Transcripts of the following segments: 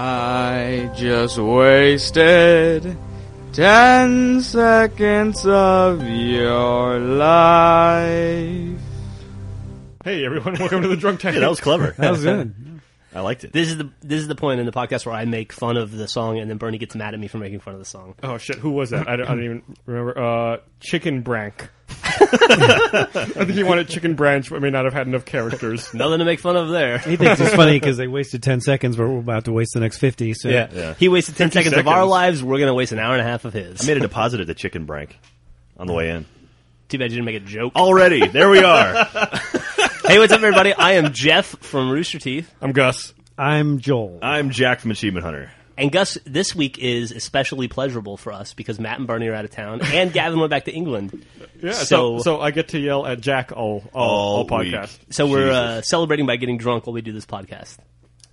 I just wasted ten seconds of your life. Hey everyone, welcome to the drunk tank. Yeah, that was clever. That was good. I liked it. This is the this is the point in the podcast where I make fun of the song, and then Bernie gets mad at me for making fun of the song. Oh shit, who was that? I don't, I don't even remember. Uh, chicken Brank. I think he wanted Chicken Branch, but may not have had enough characters. Nothing to make fun of there. He thinks it's funny because they wasted 10 seconds, but we're about to waste the next 50. So Yeah. Yeah. he wasted ten seconds, of our seconds. lives. We're gonna waste an hour and a half of his. I made a deposit at the chicken brank on the way in. Too bad you didn't make a joke. Already, there Oh, we are. Hey, what's up, everybody? I am Jeff from Rooster Teeth, I'm Gus. I'm Joel. I'm Jack from Achievement Hunter. and Gus. This week is especially pleasurable for us because Matt and Bernie are out of town, and Gavin went back to England. Yeah, So- so, so I get to yell at Jack all all, All all, week. podcast. So we're uh, celebrating by getting drunk while we do this podcast.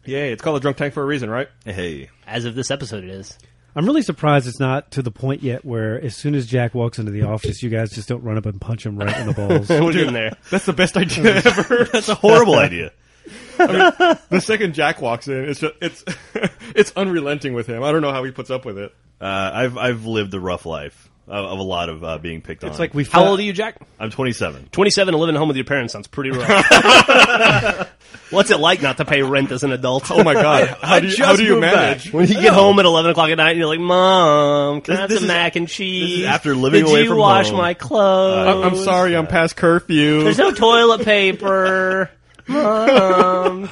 Yay! It's called the drunk tank for a reason, right? Hey, As of this episode, it is. I'm really surprised it's not to the point yet where as soon as Jack walks into the office, you guys just don't run up and punch him right in the balls. We're getting there. That's the best idea ever. that's a horrible idea. the second Jack walks in, it's just, it's it's unrelenting with him. I don't know how he puts up with it. Uh, I've I've lived the rough life of, of a lot of uh, being picked on. It's like we How old are you, Jack? I'm 27. 27 and living at home with your parents sounds pretty rough. What's it like not to pay rent as an adult? Oh my god! How do you, how just do you moved manage? When you get home at 11 o'clock at night and you're like, Mom, can I This- have this some is- mac and cheese? after living Did away you from wash home. Uh, my clothes? I'm, I'm sorry, I'm past curfew. There's no toilet paper. Mom.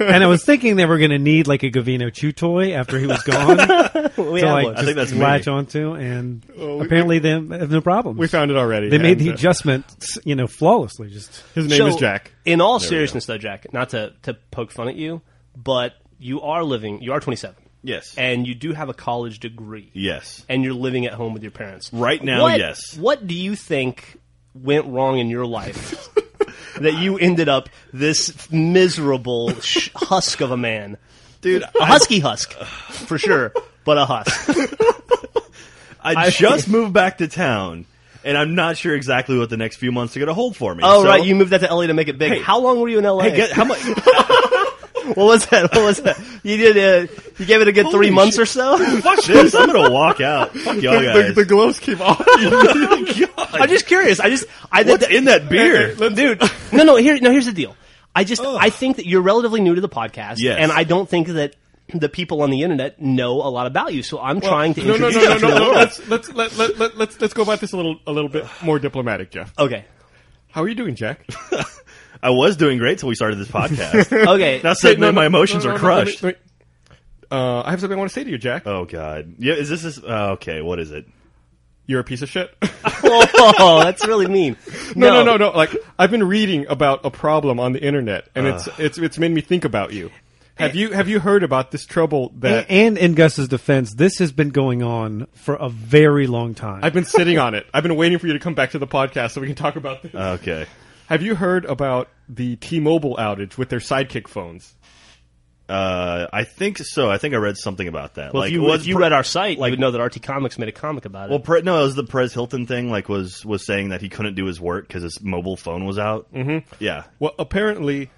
and I was thinking they were going to need like a Gavino Chew toy after he was gone to We have like one. just think that's me. latch onto, and we- apparently they have no problems. We found it already. they made and, the uh, adjustment, you know, flawlessly. Just His name So, is Jack. In all seriousness, though, Jack, not to, to poke fun at you, but you are living, you are 27, Yes. and you do have a college degree. yes. and you're living at home with your parents Right now, What- yes. What do you think went wrong in your life that you ended up this miserable sh- husk of a man, Dude, a husky husk for sure, but a husk. I, just moved back to town, and I'm not sure exactly what the next few months are going to hold for me. Oh So- right, you moved that to LA to make it big. How long were you in LA? Hey, get- how much? what was that? What was that? You did uh, you gave it a good three Holy months shit. or so. Fuck this! I'm gonna walk out. Fuck y'all The, guys. the gloves keep off. I'm just curious. I just I did What's that- in that beer? dude. No, no. Here, no. Here's the deal. I just I think that you're relatively new to the podcast, Yes. and I don't think that the people on the internet know a lot about you. So I'm trying to No, no, introduce no, you no, to no, the no. world. Let's let's let, let, let, let's let's go about this a little a little bit more diplomatic, Jeff. Okay, How are you doing, Jack? I was doing great till we started this podcast. okay. now Hey, suddenly my emotions no, are no, no, let me- crushed. let me- Uh, I have something I want to say to you, Jack. Oh god. Yeah, is this is oh, okay, what is it? You're a piece of shit. oh, that's really mean. no, no, no, no. Like I've been reading about a problem on the internet, and it's it's it's made me think about you. Have you have you heard about this trouble that and in Gus's defense, this has been going on for a very long time. I've been sitting on it? I've been waiting for you to come back to the podcast so we can talk about this. Okay. have you heard about the T-Mobile outage with their sidekick phones? Uh, I think so. I think I read something about that. Well, like if you, it was if you Pre- read our site, you would know that RT Comics made a comic about it. well, Pre- no, it was the Perez Hilton thing. Like, was was saying that he couldn't do his work because his mobile phone was out. Mm-hmm. Yeah, Well, apparently,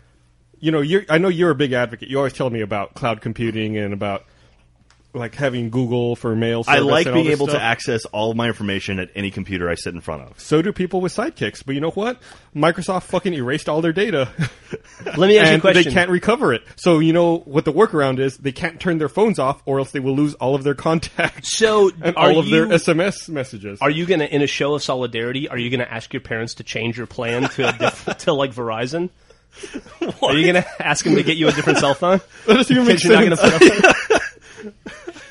you know, you're, I know you're a big advocate. You always tell me about cloud computing and about like having Google for mail. I service like and all being this able stuff. to access all of my information at any computer I sit in front of. So do people with sidekicks, but you know what? Microsoft fucking erased all their data, Let me ask you a and they question. can't recover it. So you know what the workaround is? They can't turn their phones off, or else they will lose all of their contacts so and are all of you, their SMS messages. Are you gonna, in a show of solidarity, are you gonna ask your parents to change your plan to a diff- to like Verizon? Are you gonna ask them to get you a different cell phone? that doesn't even make Because you're not sense. gonna put up-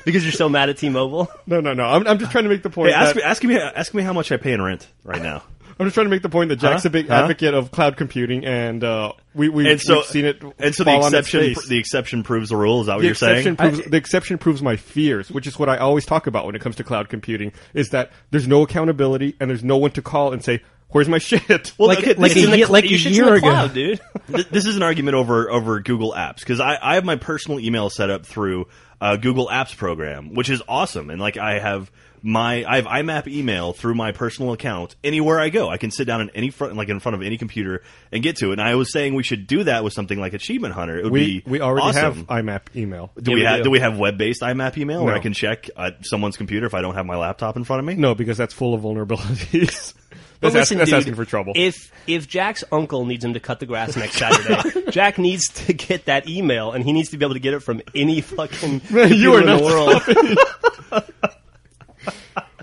because you're so mad at T-Mobile. no, no, no. I'm, I'm just trying to make the point. Hey, ask that- me, ask me, ask me how much I pay in rent right now. I'm just trying to make the point that Jack's Huh? a big Huh? advocate of cloud computing, and uh, we, we, And so, we've seen it. and so the fall on its exception, face. the exception proves the rule. Is that what the you're saying? exception proves the exception proves my fears, which is what I always talk about when it comes to cloud computing. Is that there's no accountability and there's no one to call and say, "Where's my shit?" Well, Like, okay, like, this a, is- ye- the- like you a should year in the ago, cloud, dude. Th- this is an argument over over Google Apps because I, I have my personal email set up through uh, Google Apps program, which is awesome, and like I have my I have IMAP email through my personal account anywhere I go. I can sit down in any front like in front of any computer and get to it. And I was saying we should do that with something like Achievement Hunter. It would We be we already awesome. have IMAP email. Do Yeah, we, we have do. do we have web based IMAP email where No. I can check uh, someone's computer if I don't have my laptop in front of me? No, because that's full of vulnerabilities. that's But asking, listen, that's dude, asking for trouble. If if Jack's uncle needs him to cut the grass next Saturday, Jack needs to get that email, and he needs to be able to get it from any fucking you computer are in not the world.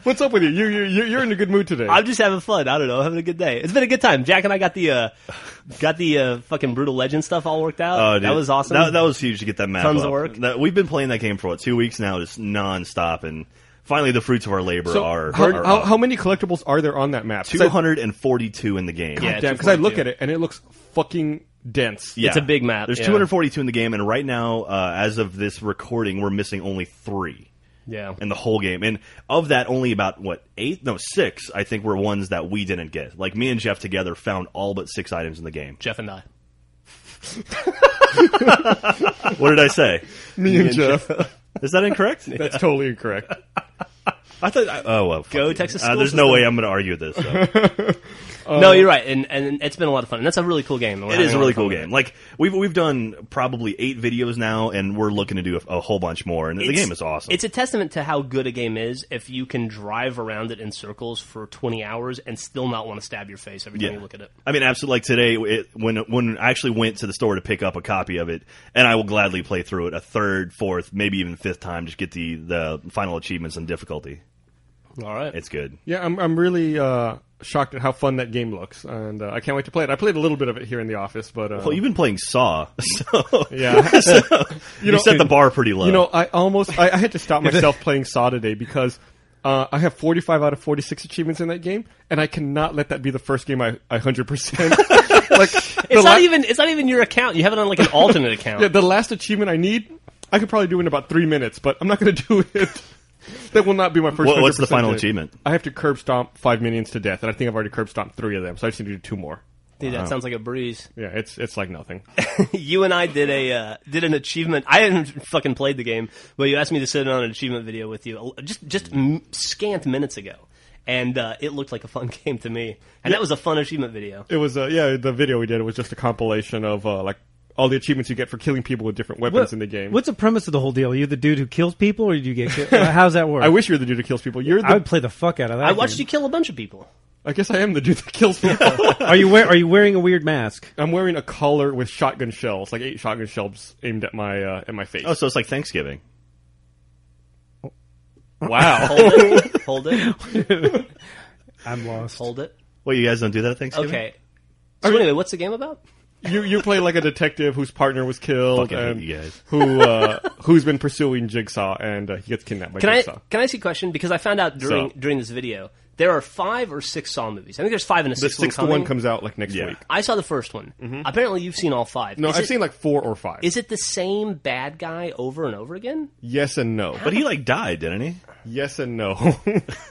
What's up with you? You you you- you're in a good mood today. I'm just having fun. I don't know, having a good day. It's been a good time. Jack and I got the uh, got the uh, fucking brutal legend stuff all worked out. Oh, that dude. was awesome. That, that was huge to get that map. Tons of up. work. That- we've been playing that game for what two weeks now, just nonstop, and finally the fruits of our labor so are. how, are how, how many collectibles are there on that map? 'Cause I- Two hundred and forty-two in the game. Yeah. Damn, because I look 242. at it and it looks fucking dense. Yeah. It's a big map, There's yeah. 242 in the game, and right now, uh, as of this recording, we're missing only three yeah. in the whole game. And of that, only about what eight? No, six. I think were ones that we didn't get. Like me and Jeff together found all but six items in the game. Jeff and I. What did I say? Me and Jeff. Is that incorrect? That's totally incorrect. I thought. I, oh well. fuck Go it. Texas Uh, school there's no system. way I'm going to argue this. though. no, you're right, and and it's been a lot of fun. And that's a really cool game. Oh. It is a really cool game. Like we've we've done probably eight videos now, and we're looking to do a, a whole bunch more. And the It's- game is awesome. It's a testament to how good a game is if you can drive around it in circles for 20 hours and still not want to stab your face every time you look at it. I mean, absolutely. Like today, it, when when I actually went to the store to pick up a copy of it, and I will gladly play through it a third, fourth, maybe even fifth time, just get the the final achievements and difficulty. All right. It's good. Yeah, I'm I'm really uh, shocked at how fun that game looks, and uh, I can't wait to play it. I played a little bit of it here in the office, but uh, Well, you've been playing Saw, so yeah, you, know, set the bar pretty low. you know, I almost I, I had to stop myself playing Saw today because. Uh, I have 45 out of 46 achievements in that game, and I cannot let that be the first game I, I 100%. like, It's not even it's not even your account. You have it on like an alternate account. Yeah, the last achievement I need, I could probably do in about three minutes, but I'm not going to do it. that will not be my first. What- what's the 100% final hit. achievement? I have to curb stomp five minions to death, and I think I've already curb stomped three of them, so I just need to do two more. Dude, that sounds like a breeze. Yeah, it's it's like nothing. you and I did a uh, did an achievement. I hadn't fucking played the game, but you asked me to sit in on an achievement video with you uh, just just m- scant minutes ago. And uh, it looked like a fun game to me. And that was a fun achievement video. it was uh, yeah, the video we did was just a compilation of uh, like all the achievements you get for killing people with different weapons in the game. What's the premise of the whole deal? Are you the dude who kills people, or do you get killed? How's that work? I wish you were the dude who kills people. You're the. I would play the fuck out of that. I watched you kill a bunch of people. I guess I am the dude that kills people. Are you wear, are you wearing a weird mask? I'm wearing a collar with shotgun shells, like eight shotgun shells aimed at my uh, at my face. oh, so it's like Thanksgiving. wow. Hold it. Hold it. I'm lost. Hold it. Well, you guys don't do that at Thanksgiving. Okay. So anyway, what's the game about? you you play like a detective whose partner was killed Fucking hate and you guys. who uh, who's been pursuing Jigsaw and uh, he gets kidnapped by Can I Jigsaw. can I ask you a question? Because I found out during So. during this video there are five or six Saw movies. I think there's five and a the sixth, sixth one, one coming. comes out like next Yeah. week. I saw the first one. Apparently, you've seen all five. No, Is I've it- seen like four or five. Is it the same bad guy over and over again? yes and no. But he like died, didn't he? yes and no.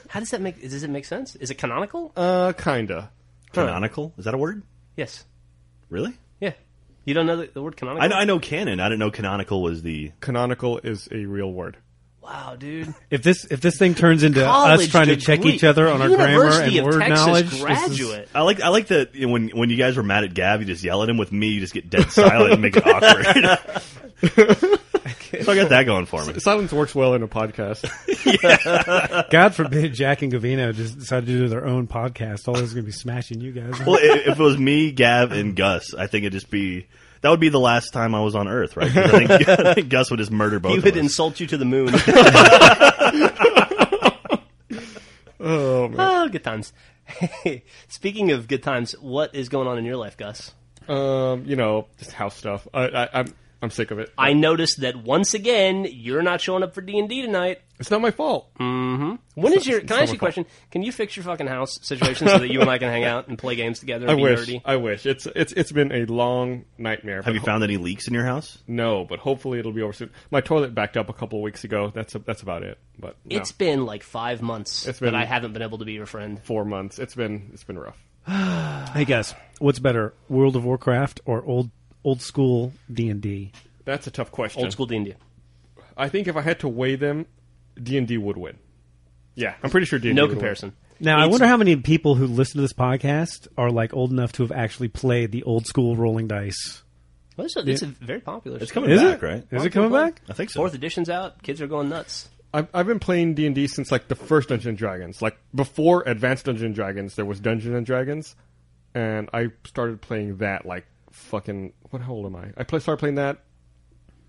How does that make? Does it make sense? Is it canonical? Oh, uh, kinda. Canonical is that a word? yes. Really? Yeah. You don't know the, the word canonical? I know, I know canon. I didn't know canonical was the. Canonical is a real word. Wow, dude. If this if this thing turns into College us trying to check degree. each other on our grammar University and of word Texas knowledge, this Graduate. I like I like that you know, when when you guys were mad at Gav, you just yell at him. With me, you just get dead silent and make it awkward. so I got that going for me. Silence works well in a podcast. is- God forbid Jack and Gavino just decided to do their own podcast. All this is going to be smashing you guys. Well, i- if it was me, Gav, and Gus, I think it'd just be that would be the last time I was on Earth, right? 'Cause I think, I think Gus would just murder both He of would us. insult you to the moon. oh man. oh, good times. Hey, speaking of good times, what is going on in your life, Gus? Um, you know, just house stuff. I, I, I'm I'm sick of it. I noticed that once again you're not showing up for D and D tonight. it's not my fault. Mm, When is your? Can I ask you someone a question? Can you fix your fucking house situation so that you and I can hang out and play games together? And I be wish. nerdy? I wish. It's it's it's been a long nightmare. Have but you found any leaks in your house? No, but hopefully it'll be over soon. My toilet backed up a couple of weeks ago. That's that's about it. But no, It's been like five months It's been- that I haven't been able to be your friend. four months. It's been it's been rough. hey guys, what's better, World of Warcraft or old old school D and D? That's a tough question. Old school D and D. I think if I had to weigh them, D and D would win. Yeah, I'm pretty sure D&D No would win. comparison. Now I It's- wonder how many people who listen to this podcast are like old enough to have actually played the old school rolling dice. Well, it's, a, it's a very popular. It's show. coming Is back, it right? Is it coming back? I think so. Fourth edition's out. Kids are going nuts. I've, I've been playing D and D since like the first Dungeons and Dragons. Like before Advanced Dungeons and Dragons, there was Dungeons and Dragons, and I started playing that like fucking what? How old am I? I play, started playing that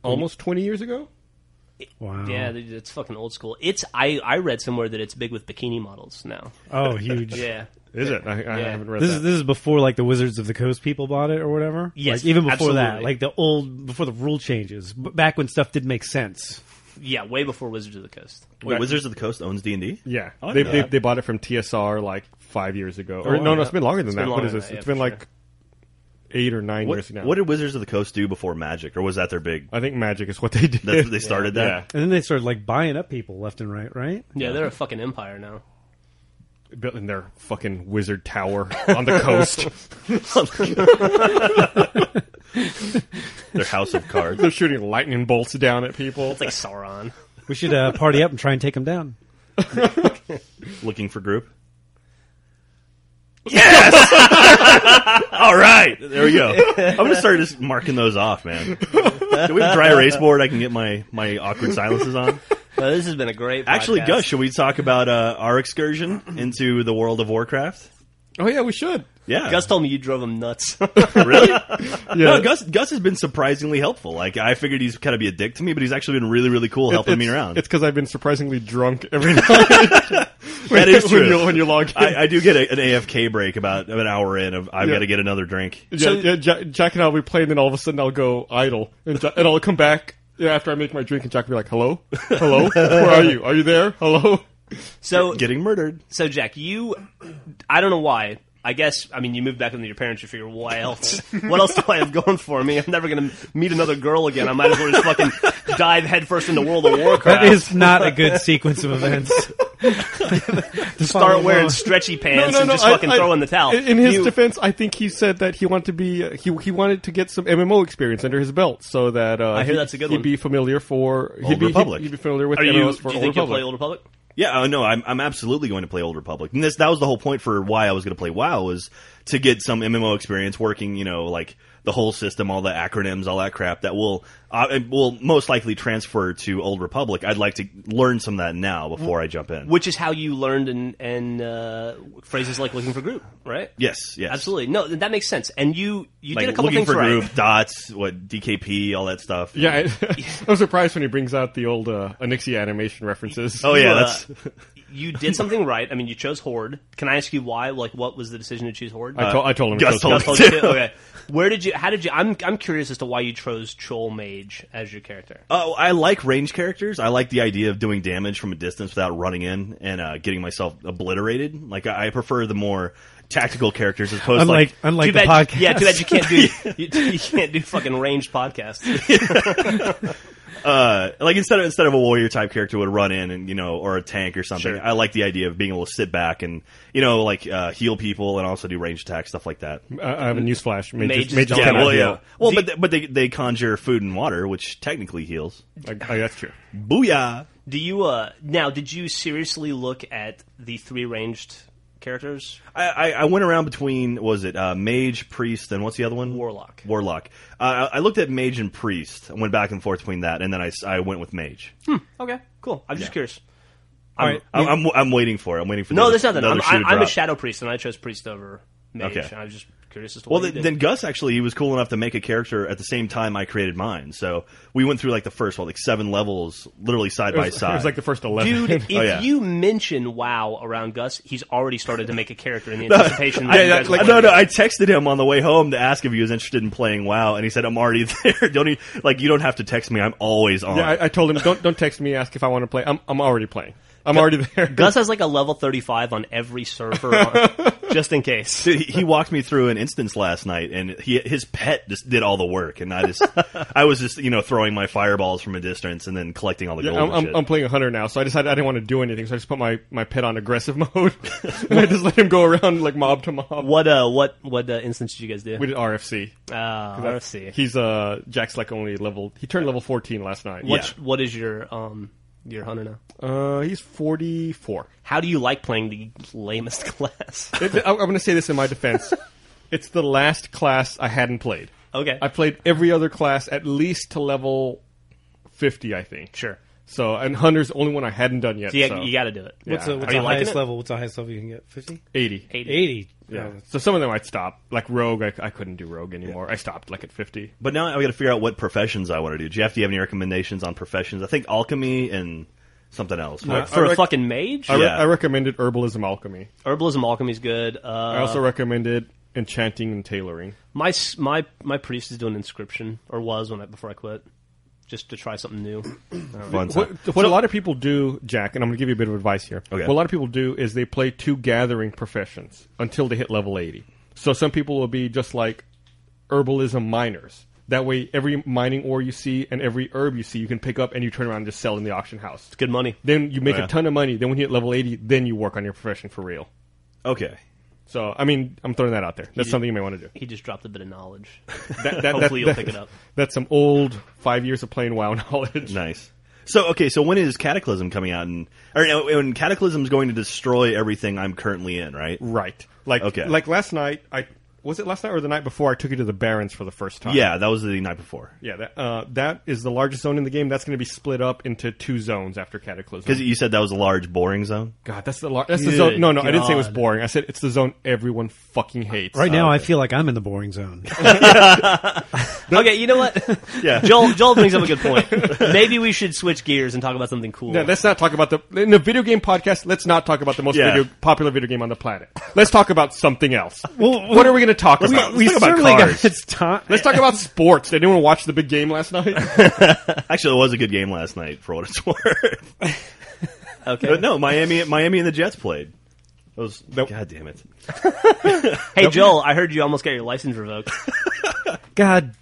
almost twenty years ago. Wow. Yeah, they- it's fucking old school. It's I I read somewhere that it's big with bikini models now. Oh, huge. Yeah. Is it? I, I Yeah. haven't read This that. is this is before like the Wizards of the Coast people bought it or whatever. Yes, like, even before that, absolutely. like the old before the rule changes, b- back when stuff did make sense. Yeah, way before Wizards of the Coast. Wait, Wizards of the Coast owns D and D. yeah, I they, didn't know they that. they bought it from TSR like five years ago. Or wow. no, no, it's been longer than It's that. been What longer is than this? that, yeah, it's been for like eight or nine What, years now. what did Wizards of the Coast do before Magic, or was that their big? I think Magic is what they did. That's they started that. Yeah. And then they started like buying up people left and right, right? Yeah, they're a fucking empire now. building their fucking wizard tower on the coast. Their House of Cards. They're shooting lightning bolts down at people. It's like Sauron. We should uh, party up and try and take them down. Looking for group. Yes. All right. There we go. I'm gonna start just marking those off, man. Do we have a dry erase board? I can get my my awkward silences on. Well, this has been a great. Actually, podcast. Gus, should we talk about uh, our excursion into the world of Warcraft? oh yeah, we should. Yeah, Gus told me you drove him nuts. really? Yeah. No, Gus. Gus has been surprisingly helpful. Like I figured he's kind of be a dick to me, but he's actually been really, really cool helping me It's- around. It's because I've been surprisingly drunk every night. that is When you, true. when you log in. I, uh, I do get a, an AFK break about an hour in of I've Yeah. got to get another drink. yeah, yeah, Jack, Jack and I'll be playing, and all of a sudden I'll go idle, and, Ja- and I'll come back yeah, after I make my drink, and Jack will be like, "Hello, hello, where are you? Are you there? Hello." so Getting murdered. so Jack, you, I don't know why. I guess I mean you moved back in with your parents. You figure what else? what else do I have going for me? I'm never gonna meet another girl again. I might as well just fucking dive headfirst into World of Warcraft. That is not a good sequence of events. Start wearing stretchy pants and just fucking throw in the towel. In, in his You- defense, I think he said that he wanted to be uh, he he wanted to get some MMO experience under his belt, so that uh, I hear that's a good he'd one. be familiar for he'd Old be, Republic. He'd, he'd be familiar with are you? Do you MMOs for Old think you'll Republic. play Old Republic? Yeah, oh, no, I'm I'm absolutely going to play Old Republic. And this that was the whole point for why I was going to play WoW was to get some MMO experience working, you know, like the whole system, all the acronyms, all that crap that will uh, it will most likely transfer to Old Republic. I'd like to learn some of that now before I jump in. Which is how you learned and and uh, phrases like looking for group, right? yes, yes. Absolutely. No, th- that makes sense. And you you Like did a couple looking things for right. group dots, what DKP, all that stuff. Yeah, I, I'm surprised when he brings out the old uh, Onyxia animation references. Oh yeah, You, uh, that's you did something right. I mean, you chose Horde. Can I ask you why? Like, what was the decision to choose Horde? I, to- I told him. Gus it was told Gus. That's all you did? okay. Where did you? How did you? I'm I'm curious as to why you chose Troll Mage as your character. Oh, I like range characters. I like the idea of doing damage from a distance without running in and uh, getting myself obliterated. Like I, I prefer the more tactical characters as opposed to unlike like unlike too the bad, podcast. Yeah, too bad you can't do you, you can't do fucking ranged podcasts. uh, like instead of instead of a warrior type character would run in and you know or a tank or something. I like the idea of being able to sit back and you know like uh, heal people and also do range attacks stuff like that. I I have a newsflash. Mages Mages, mages don't Yeah, cannot well, yeah. heal. Well, but they, but they they conjure food and water, which technically heals. I, I, that's true. Booyah! Do you? uh Now, did you seriously look at the three ranged characters? I, I, I went around between what was it uh, mage, priest, and what's the other one? Warlock. Warlock. Uh, I I looked at mage and priest. I went back and forth between that, and then I, s- I went with mage. Okay, cool. I'm just curious. All right. I'm, I'm, I'm waiting for it. I'm waiting for No, the, there's nothing. the I'm, other shoe I, to I'm a drop. shadow priest, and I chose priest over mage. Okay. I was just curious as to Well, what you then, did. then Gus actually he was cool enough to make a character at the same time I created mine. So we went through like the first well, like seven levels, literally side It by was, it side. was like the first eleven. Dude, if yeah. you mention WoW around Gus, he's already started to make a character in the anticipation. that I- you I- guys like- want no, to- no. I texted him on the way home to ask if he was interested in playing WoW, and he said, "I'm already there. don't you, like you don't have to text me. I'm always on." yeah, I, I told him don't don't text me. Ask if I want to play. I'm I'm already playing. I'm already there. Gus has like a level 35 on every server, on, just in case. Dude, he he walked me through an instance last night, and he, his pet just did all the work, and I just, I was just, you know, throwing my fireballs from a distance and then collecting all the Yeah, gold. I'm, and I'm, shit. I'm playing hunter now, so I decided I didn't want to do anything, so I just put my, my pet on aggressive mode, and I just let him go around like mob to mob. What uh, what what uh, instance did you guys do? We did RFC. uh, RFC. He's uh Jack's like only level. He turned level 14 last night. What's, What is your um? Your hunter now. Uh, he's 44. How do you like playing the lamest class? It- I- I'm going to say this in my defense. it's the last class I hadn't played. Okay. I played every other class at least to level 50, I think. Sure. So, and Hunter's the only one I hadn't done yet. So you, so. you got to do it. Yeah. What's the, what's Are you the liking highest it? level? What's the highest level you can get? 50? 80. 80. 80. Yeah. Oh, So some of them I'd stop. Like Rogue, I, I couldn't do Rogue anymore. I stopped like at 50. But now I've got to figure out what professions I want to do. Jeff, do you have any recommendations on professions? I think alchemy and something else. Like, What- for I a rec- fucking mage, I, re- Yeah. I recommended Herbalism Alchemy. herbalism alchemy's good. Uh, I also recommended Enchanting and Tailoring. my s- my my priest is doing inscription or was when I, before I quit, just to try something new. fun stuff. What, what a lot of people do, Jack, and I'm going to give you a bit of advice here. Okay. What a lot of people do is they play two gathering professions until they hit level 80. So some people will be just like herbalism miners. That way, every mining ore you see and every herb you see, you can pick up and you turn around and just sell in the auction house. Good money. Then you make Yeah. a ton of money. Then when you hit level 80, then you work on your profession for real. Okay. So, I mean, I'm throwing that out there. That's something you may want to do. He just dropped a bit of knowledge. That, that, Hopefully that- you'll pick it up. That's some old five years of playing WoW knowledge. Nice. So okay, so when is Cataclysm coming out? And or no, when Cataclysm's going to destroy everything I'm currently in, right? Right. Like Okay. like last night I was it last night or the night before I took you to the Barrens for the first time. Yeah, that was the night before. Yeah, that uh, that is the largest zone in the game. That's going to be split up into two zones after Cataclysm. Because you said that was a large, boring zone. God, that's the lar- that's the Good zone. No, no, I didn't say it was God. boring. I said it's the zone everyone fucking hates. Right now, I feel like I'm in the boring zone. okay, you know what? Yeah. Joel Joel brings up a good point. Maybe we should switch gears and talk about something cool. No, let's not talk about the in a video game podcast. Let's not talk about the most Yeah. video, popular video game on the planet. Let's talk about something else. Well, what are we going to talk about? let's talk about cars. it's time. let's talk about sports. Did anyone watch the big game last night? Actually, it was a good game last night, for what it's worth. Okay. But no, Miami, Miami and the Jets played. That was Nope. God damn it. Hey Joel, I heard you almost got your license revoked. God,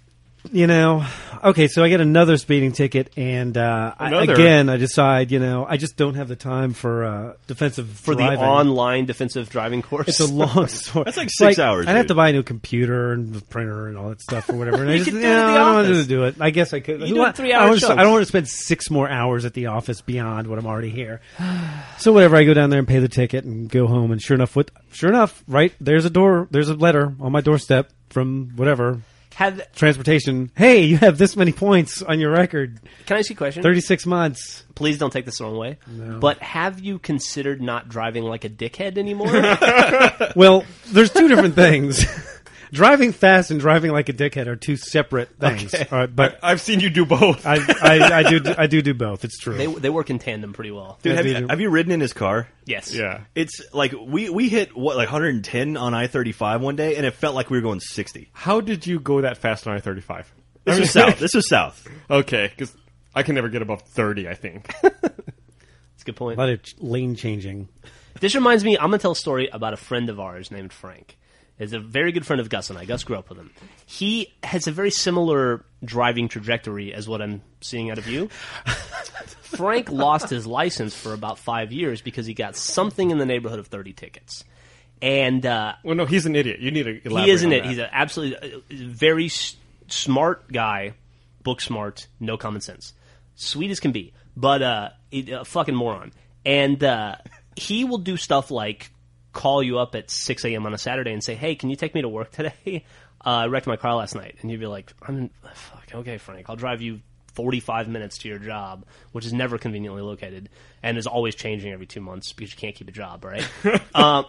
you know. Okay, so I get another speeding ticket, and uh, I, Another? again, I decide, you know, I just don't have the time for uh, defensive for the driving. online defensive driving course. It's a long story. That's like six hours, I'd have to dude. buy a new computer and a printer and all that stuff or whatever. And I just, could do you it at know, the I don't want to office. do it. I guess I could. do I- it three-hour I, don't wanna- shows. I don't want to spend six more hours at the office beyond what I'm already here. So whatever, I go down there and pay the ticket and go home. And sure enough, what? Sure enough, right there's a door. There's a letter on my doorstep from whatever Had, transportation. Hey, you have this many points on your record. can I ask you a question? Thirty six months. Please don't take this the wrong way. But have you considered not driving like a dickhead anymore? Well, there's two different things. driving fast and driving like a dickhead are two separate things. All right, but I've seen you do both. I, I, I do I do do both. It's true. they they work in tandem pretty well. Dude, have, they you, do. have you ridden in his car? Yes. yeah. It's like we we hit what like 110 on I-35 one day, and it felt like we were going 60. How did you go that fast on I thirty five? This is south. This is south. Okay, because I can never get above thirty. I think. That's a good point. a lot of ch- lane changing. This reminds me, I'm going to tell a story about a friend of ours named Frank. Is a very good friend of Gus and I. Gus grew up with him. He has a very similar driving trajectory as what I'm seeing out of you. Frank lost his license for about five years because he got something in the neighborhood of 30 tickets. And uh, Well, no, he's an idiot. You need to. Elaborate he isn't on it. that. He's an absolutely uh, very s- smart guy, book smart, no common sense, sweet as can be, but uh, it, a fucking moron. And uh, he will do stuff like call you up at six a.m. on a Saturday and say, "Hey, can you take me to work today? Uh, I wrecked my car last night." And you'd be like, "I'm in, uh, fuck okay, Frank. I'll drive you." 45 minutes to your job, which is never conveniently located and is always changing every two months because you can't keep a job, right? uh,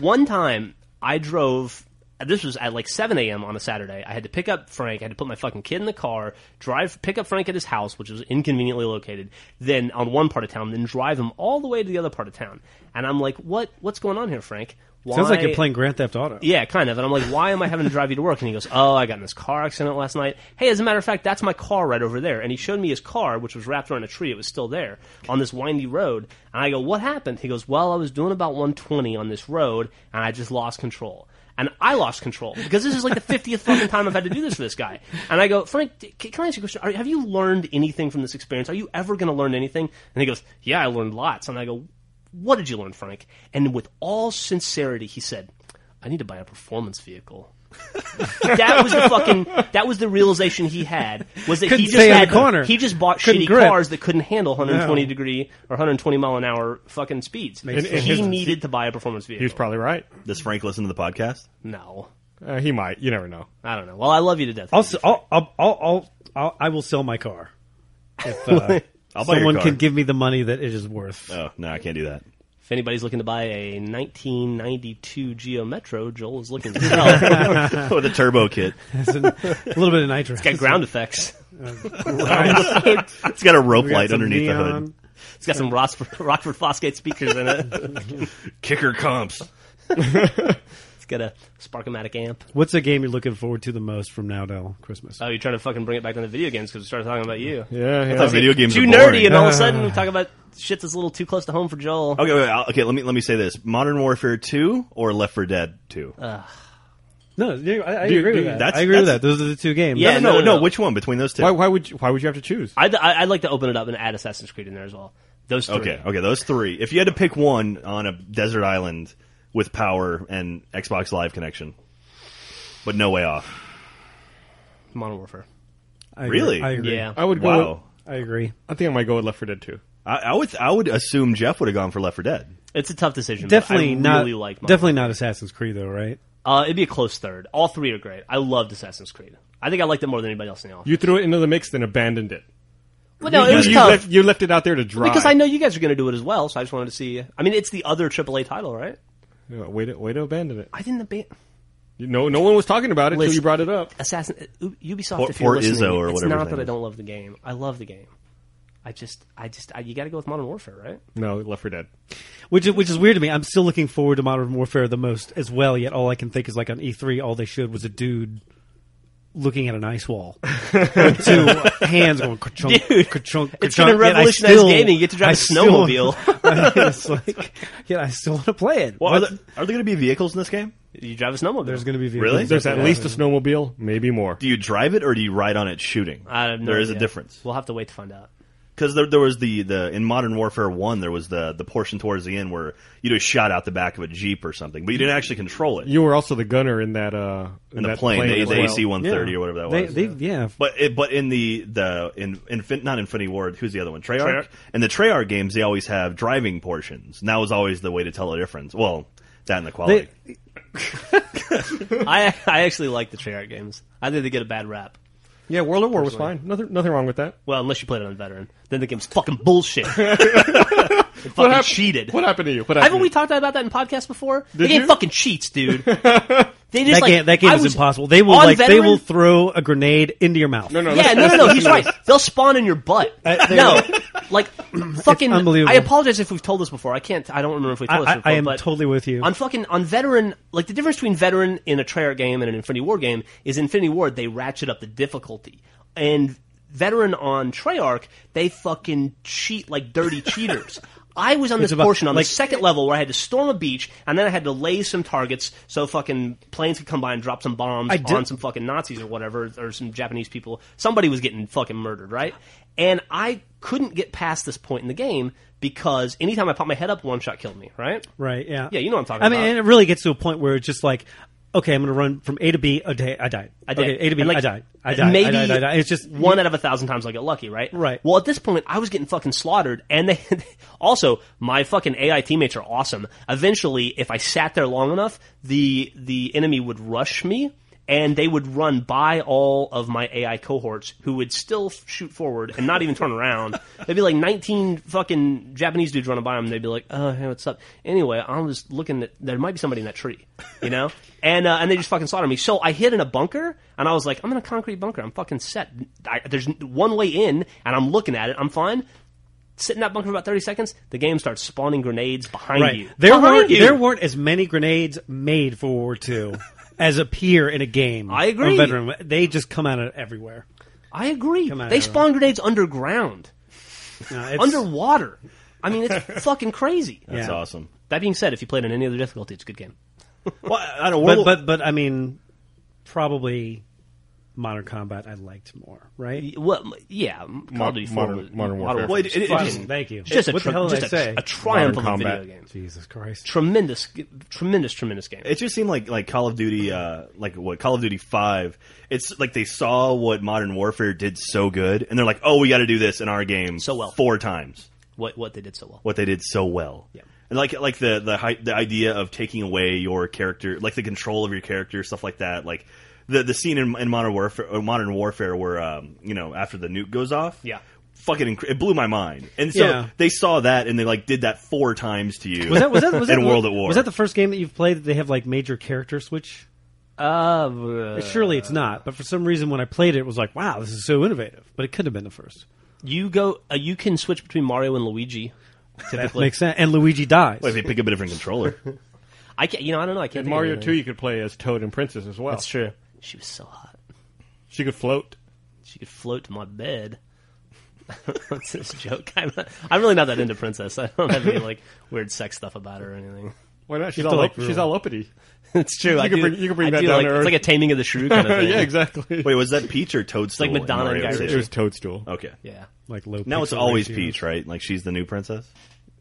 one time I drove. This was at like 7 a.m. on a Saturday. I had to pick up Frank. I had to put my fucking kid in the car, drive, pick up Frank at his house, which was inconveniently located, then on one part of town, then drive him all the way to the other part of town. And I'm like, what? What's going on here, Frank? Why? Sounds like you're playing Grand Theft Auto. Yeah, kind of. And I'm like, why am I having to drive you to work? And he goes, oh, I got in this car accident last night. Hey, as a matter of fact, that's my car right over there. And he showed me his car, which was wrapped around a tree. It was still there on this windy road. And I go, what happened? He goes, well, I was doing about 120 on this road, and I just lost control. And I lost control because this is like the 50th fucking time I've had to do this for this guy. And I go, Frank, d- c- can I ask you a question? Are, have you learned anything from this experience? Are you ever going to learn anything? And he goes, Yeah, I learned lots. And I go, What did you learn, Frank? And with all sincerity, he said, I need to buy a performance vehicle. that was the fucking. That was the realization he had. Was that Couldn't he just stay in had the corner. He just bought Couldn't shitty grip. cars that couldn't handle 120 No. degree or 120 mile an hour fucking speeds. Makes sense. he And- and his- needed to buy a performance vehicle. He was probably right. Does Frank listen to the podcast? no, Uh, he might. You never know. I don't know. Well, I love you to death. I'll, s- I'll, I'll, I'll, I'll, I'll I will sell my car if uh, I'll buy your someone car. can give me the money that it is worth. Oh no, I can't do that. If anybody's looking to buy a 1992 Geo Metro, Joel is looking to sell. With a turbo kit, It's an- a little bit of nitrous. Got ground effects. it's got a rope We got light some underneath the neon. hood. It's got some Rockford, Rockford Fosgate speakers in it. Kicker comps. It's got a Sparkomatic amp. What's a game you're looking forward to the most from now till Christmas? Oh, you're trying to fucking bring it back down to video games because we started talking about you. Yeah, yeah. thought video games Too are nerdy, boring. and all of a sudden we talk about shit that's a little too close to home for Joel. Okay, wait, I'll- okay. Let me let me say this: Modern Warfare Two or Left 4 Dead Two? No, you- I, I Dude, agree with dude, that. that's- I agree with that's- that. Those are the two games. no, Yeah. no, no, no, no, no. Which one between those two? why, why would you, why would you have to choose? I'd, I- I'd like to open it up and add Assassin's Creed in there as well. Those three. Okay, okay, those three. If you had to pick one on a desert island with power and Xbox Live connection, but no way off. Modern Warfare. I agree. Really? I agree. Yeah. I would go. Wow, I agree. I think I might go with Left 4 Dead 2. I, I would I would assume Jeff would have gone for Left 4 Dead. It's a tough decision. but Definitely I not. Really like Modern definitely not Assassin's Creed though, right? Uh, it'd be a close third. All three are great. I loved Assassin's Creed. I think I liked it more than anybody else in the office. You threw it into the mix, then abandoned it. But no, you, it was you tough Left, you left it out there to dry. because I know you guys are going to do it as well. So I just wanted to see. I mean, it's the other AAA title, right? Yeah, way to way to abandon it. I didn't abandon You- No, no one was talking about it until Listen. you brought it up. Assassin uh, U- Ubisoft. Poor- if you're poor listening, Izzo or whatever it's his not that name I is. don't love the game. I love the game. I just, I just, I, you got to go with Modern Warfare, right? No, Left 4 Dead. Which is, which is weird to me. I'm still looking forward to Modern Warfare the most as well. Yet all I can think is like on E3, all they showed was a dude looking at an ice wall, with two hands going ka-chunk, Dude, ka-chunk, ka-chunk, it's gonna yet I revolutionize still- gaming. You get to drive I a still- snowmobile. it's like, yet I still want to play it. Well, are there, are there going to be vehicles in this game? You drive a snowmobile. There's going to be vehicles. Really? There's at Yeah. least a snowmobile, maybe more. Do you drive it or do you ride on it shooting? I have no there is a idea. difference We'll have to wait to find out. because there, there was the, the in Modern Warfare One there was the the portion towards the end where you just shot out the back of a jeep or something, but you didn't actually control it. You were also the gunner in that uh in, in the that plane, the, as the well. AC one thirty Yeah. or whatever that They- was. they- yeah. But it, but in the the in infin, not Infinity Ward, who's the other one? Treyarch. Treyarch. In the Treyarch games, they always have driving portions, and that was always the way to tell the difference. Well, that and the quality. They- I, I actually like the Treyarch games. I think they get a bad rap. Yeah, World at War was fine. Nothing nothing wrong with that. Well, unless you played it on veteran, then the game's fucking bullshit. it fucking hap- cheated. What happened to you? What happened? Haven't we to talked about that in podcasts before? the Did game you? fucking cheats, dude. they just that like game, that game I is was- impossible. They will on like they veteran- will throw a grenade into your mouth. you? no, Yeah, let's- no, no, let's no. listen He's to right. this. They'll spawn in your butt. no, like fucking. unbelievable. I apologize if we've told this before. I can't. I don't remember if we told I- this before. I am but totally with you. On fucking on veteran, like the difference between veteran in a Treyarch game and an Infinity War game is Infinity Ward they ratchet up the difficulty and veteran on Treyarch they fucking cheat like dirty cheaters. I was on this about- portion on like- the second level where I had to storm a beach and then I had to lay some targets so fucking planes could come by and drop some bombs I did- on some fucking Nazis or whatever, or some Japanese people. Somebody was getting fucking murdered, right? And I couldn't get past this point in the game because anytime I popped my head up, one shot killed me, right? Right. Yeah. Yeah, you know what I'm talking I mean, about. and it really gets to a point where it's just like, okay, I'm going to run from A to B. I died. I died. I did. Okay, A to B. And, like, I died. I died. Maybe I died, I died. It's just one out of a thousand times I'll get lucky, right? Right. Well, at this point, I was getting fucking slaughtered, and they, also my fucking AI teammates are awesome. Eventually, if I sat there long enough, the the enemy would rush me. And they would run by all of my AI cohorts, who would still shoot forward and not even turn around. They'd be like nineteen fucking Japanese dudes running by them. They'd be like, "Oh, hey, what's up?" Anyway, I was looking at there might be somebody in that tree, you know, and uh, and they just fucking slaughtered me. So I hid in a bunker, and I was like, "I'm in a concrete bunker. I'm fucking set. I, there's one way in, and I'm looking at it. I'm fine." Sit in that bunker for about thirty seconds. The game starts spawning grenades behind right. you. There Behind weren't you. there weren't as many grenades made for World War II as appear in a game. I agree. or Veteran, they just come out of everywhere. I agree. on, They Aaron. spawn grenades underground, No, it's- underwater. I mean, it's fucking crazy. That's yeah. awesome. That being said, if you played on any other difficulty, it's a good game. Well, I don't. but World, but but I mean, probably Modern Combat I liked more, right? Well, yeah, Call of Duty 4 modern- was- modern warfare. Well, it, it, it Fine. just, Thank you. It's just a, what tri- the hell did just I a- say? a triumph Modern of a video combat. game. Jesus Christ! Tremendous, tremendous, tremendous game. it just seemed like like Call of Duty, uh, like what Call of Duty Five. It's like they saw what Modern Warfare did so good, and they're like, "Oh, we got to do this in our game So well. four times." what what they did so well. what they did so well. Yeah. And like like the the hi- the idea of taking away your character, like the control of your character, stuff like that. Like the the scene in, in Modern Warfare, or Modern Warfare, where um, you know after the nuke goes off, Yeah. fucking inc- it blew my mind. And so Yeah. they saw that and they like did that four times to you. Was that was that was that in World at War? Was that the first game that you've played that they have like major character switch? Uh, Surely it's not, but for some reason when I played it, it was like, wow, this is so innovative. But it could have been the first. you go. Uh, you can switch between Mario and Luigi. Typically, Makes sense. And Luigi dies. Wait, they pick up a different controller. I can't. You know, I don't know. I can't. In think of Mario anything. Two, you could play as Toad and Princess as well. That's true. She was so hot. She could float. She could float to my bed. What's this joke? I'm, not, I'm really not that into Princess. I don't have any like weird sex stuff about her or anything. Why not? She's have to, all like, up- rule. she's all uppity. It's true. I can do, bring- you can bring I that do down like, to earth. It's like a taming of the shrew kind of thing. yeah, exactly. Wait, was that Peach or Toadstool? like Madonna in Mario and Guy City? It was Toadstool. Okay. Yeah. Like low. Now it's pixel always ratio. Peach, right? Like she's the new princess.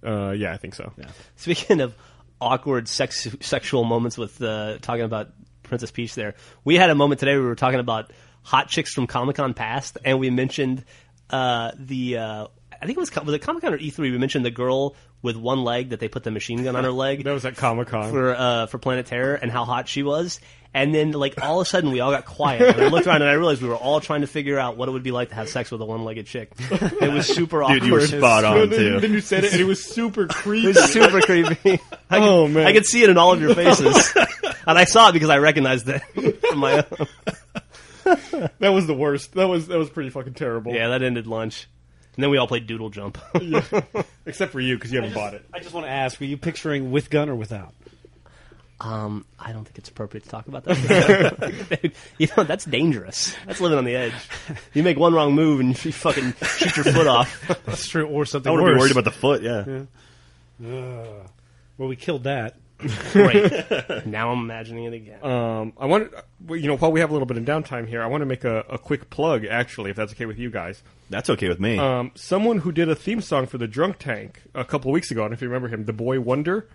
Uh, yeah, I think so. Speaking of awkward sex sexual moments with uh, talking about Princess Peach, there we had a moment today. where We were talking about hot chicks from Comic Con past, and we mentioned uh, the uh, I think it was Com- was it Comic Con or E3. We mentioned the girl with one leg that they put the machine gun on her leg. That was at Comic Con. for uh, for Planet Terror and how hot she was. And then, like all of a sudden, we all got quiet. And I looked around and I realized we were all trying to figure out what it would be like to have sex with a one-legged chick. It was super awkward. Dude, you were spot Then, on then too. you said it, and it was super It creepy. was super creepy. I could, Oh, man. I could see it in all of your faces, and I saw it because I recognized it from my own. that was the worst. That was that was pretty fucking terrible. Yeah, that ended lunch, and then we all played Doodle Jump. Except for you, because you haven't bought it. I just want to ask: Were you picturing with gun or without? um, I don't think it's appropriate to talk about that. Dude, you know that's dangerous. That's living on the edge. You make one wrong move and you fucking shoot your foot off. That's true, or something I wouldn't worse. be worried about the foot. Yeah. Well, we killed that. Great. now I'm imagining it again. Um, I want you know while we have a little bit of downtime here, I want to make a, a quick plug actually, if that's okay with you guys. That's okay with me. Um, someone who did a theme song for the Drunk Tank a couple of weeks ago, I don't know if you remember him, the Boy Wonder.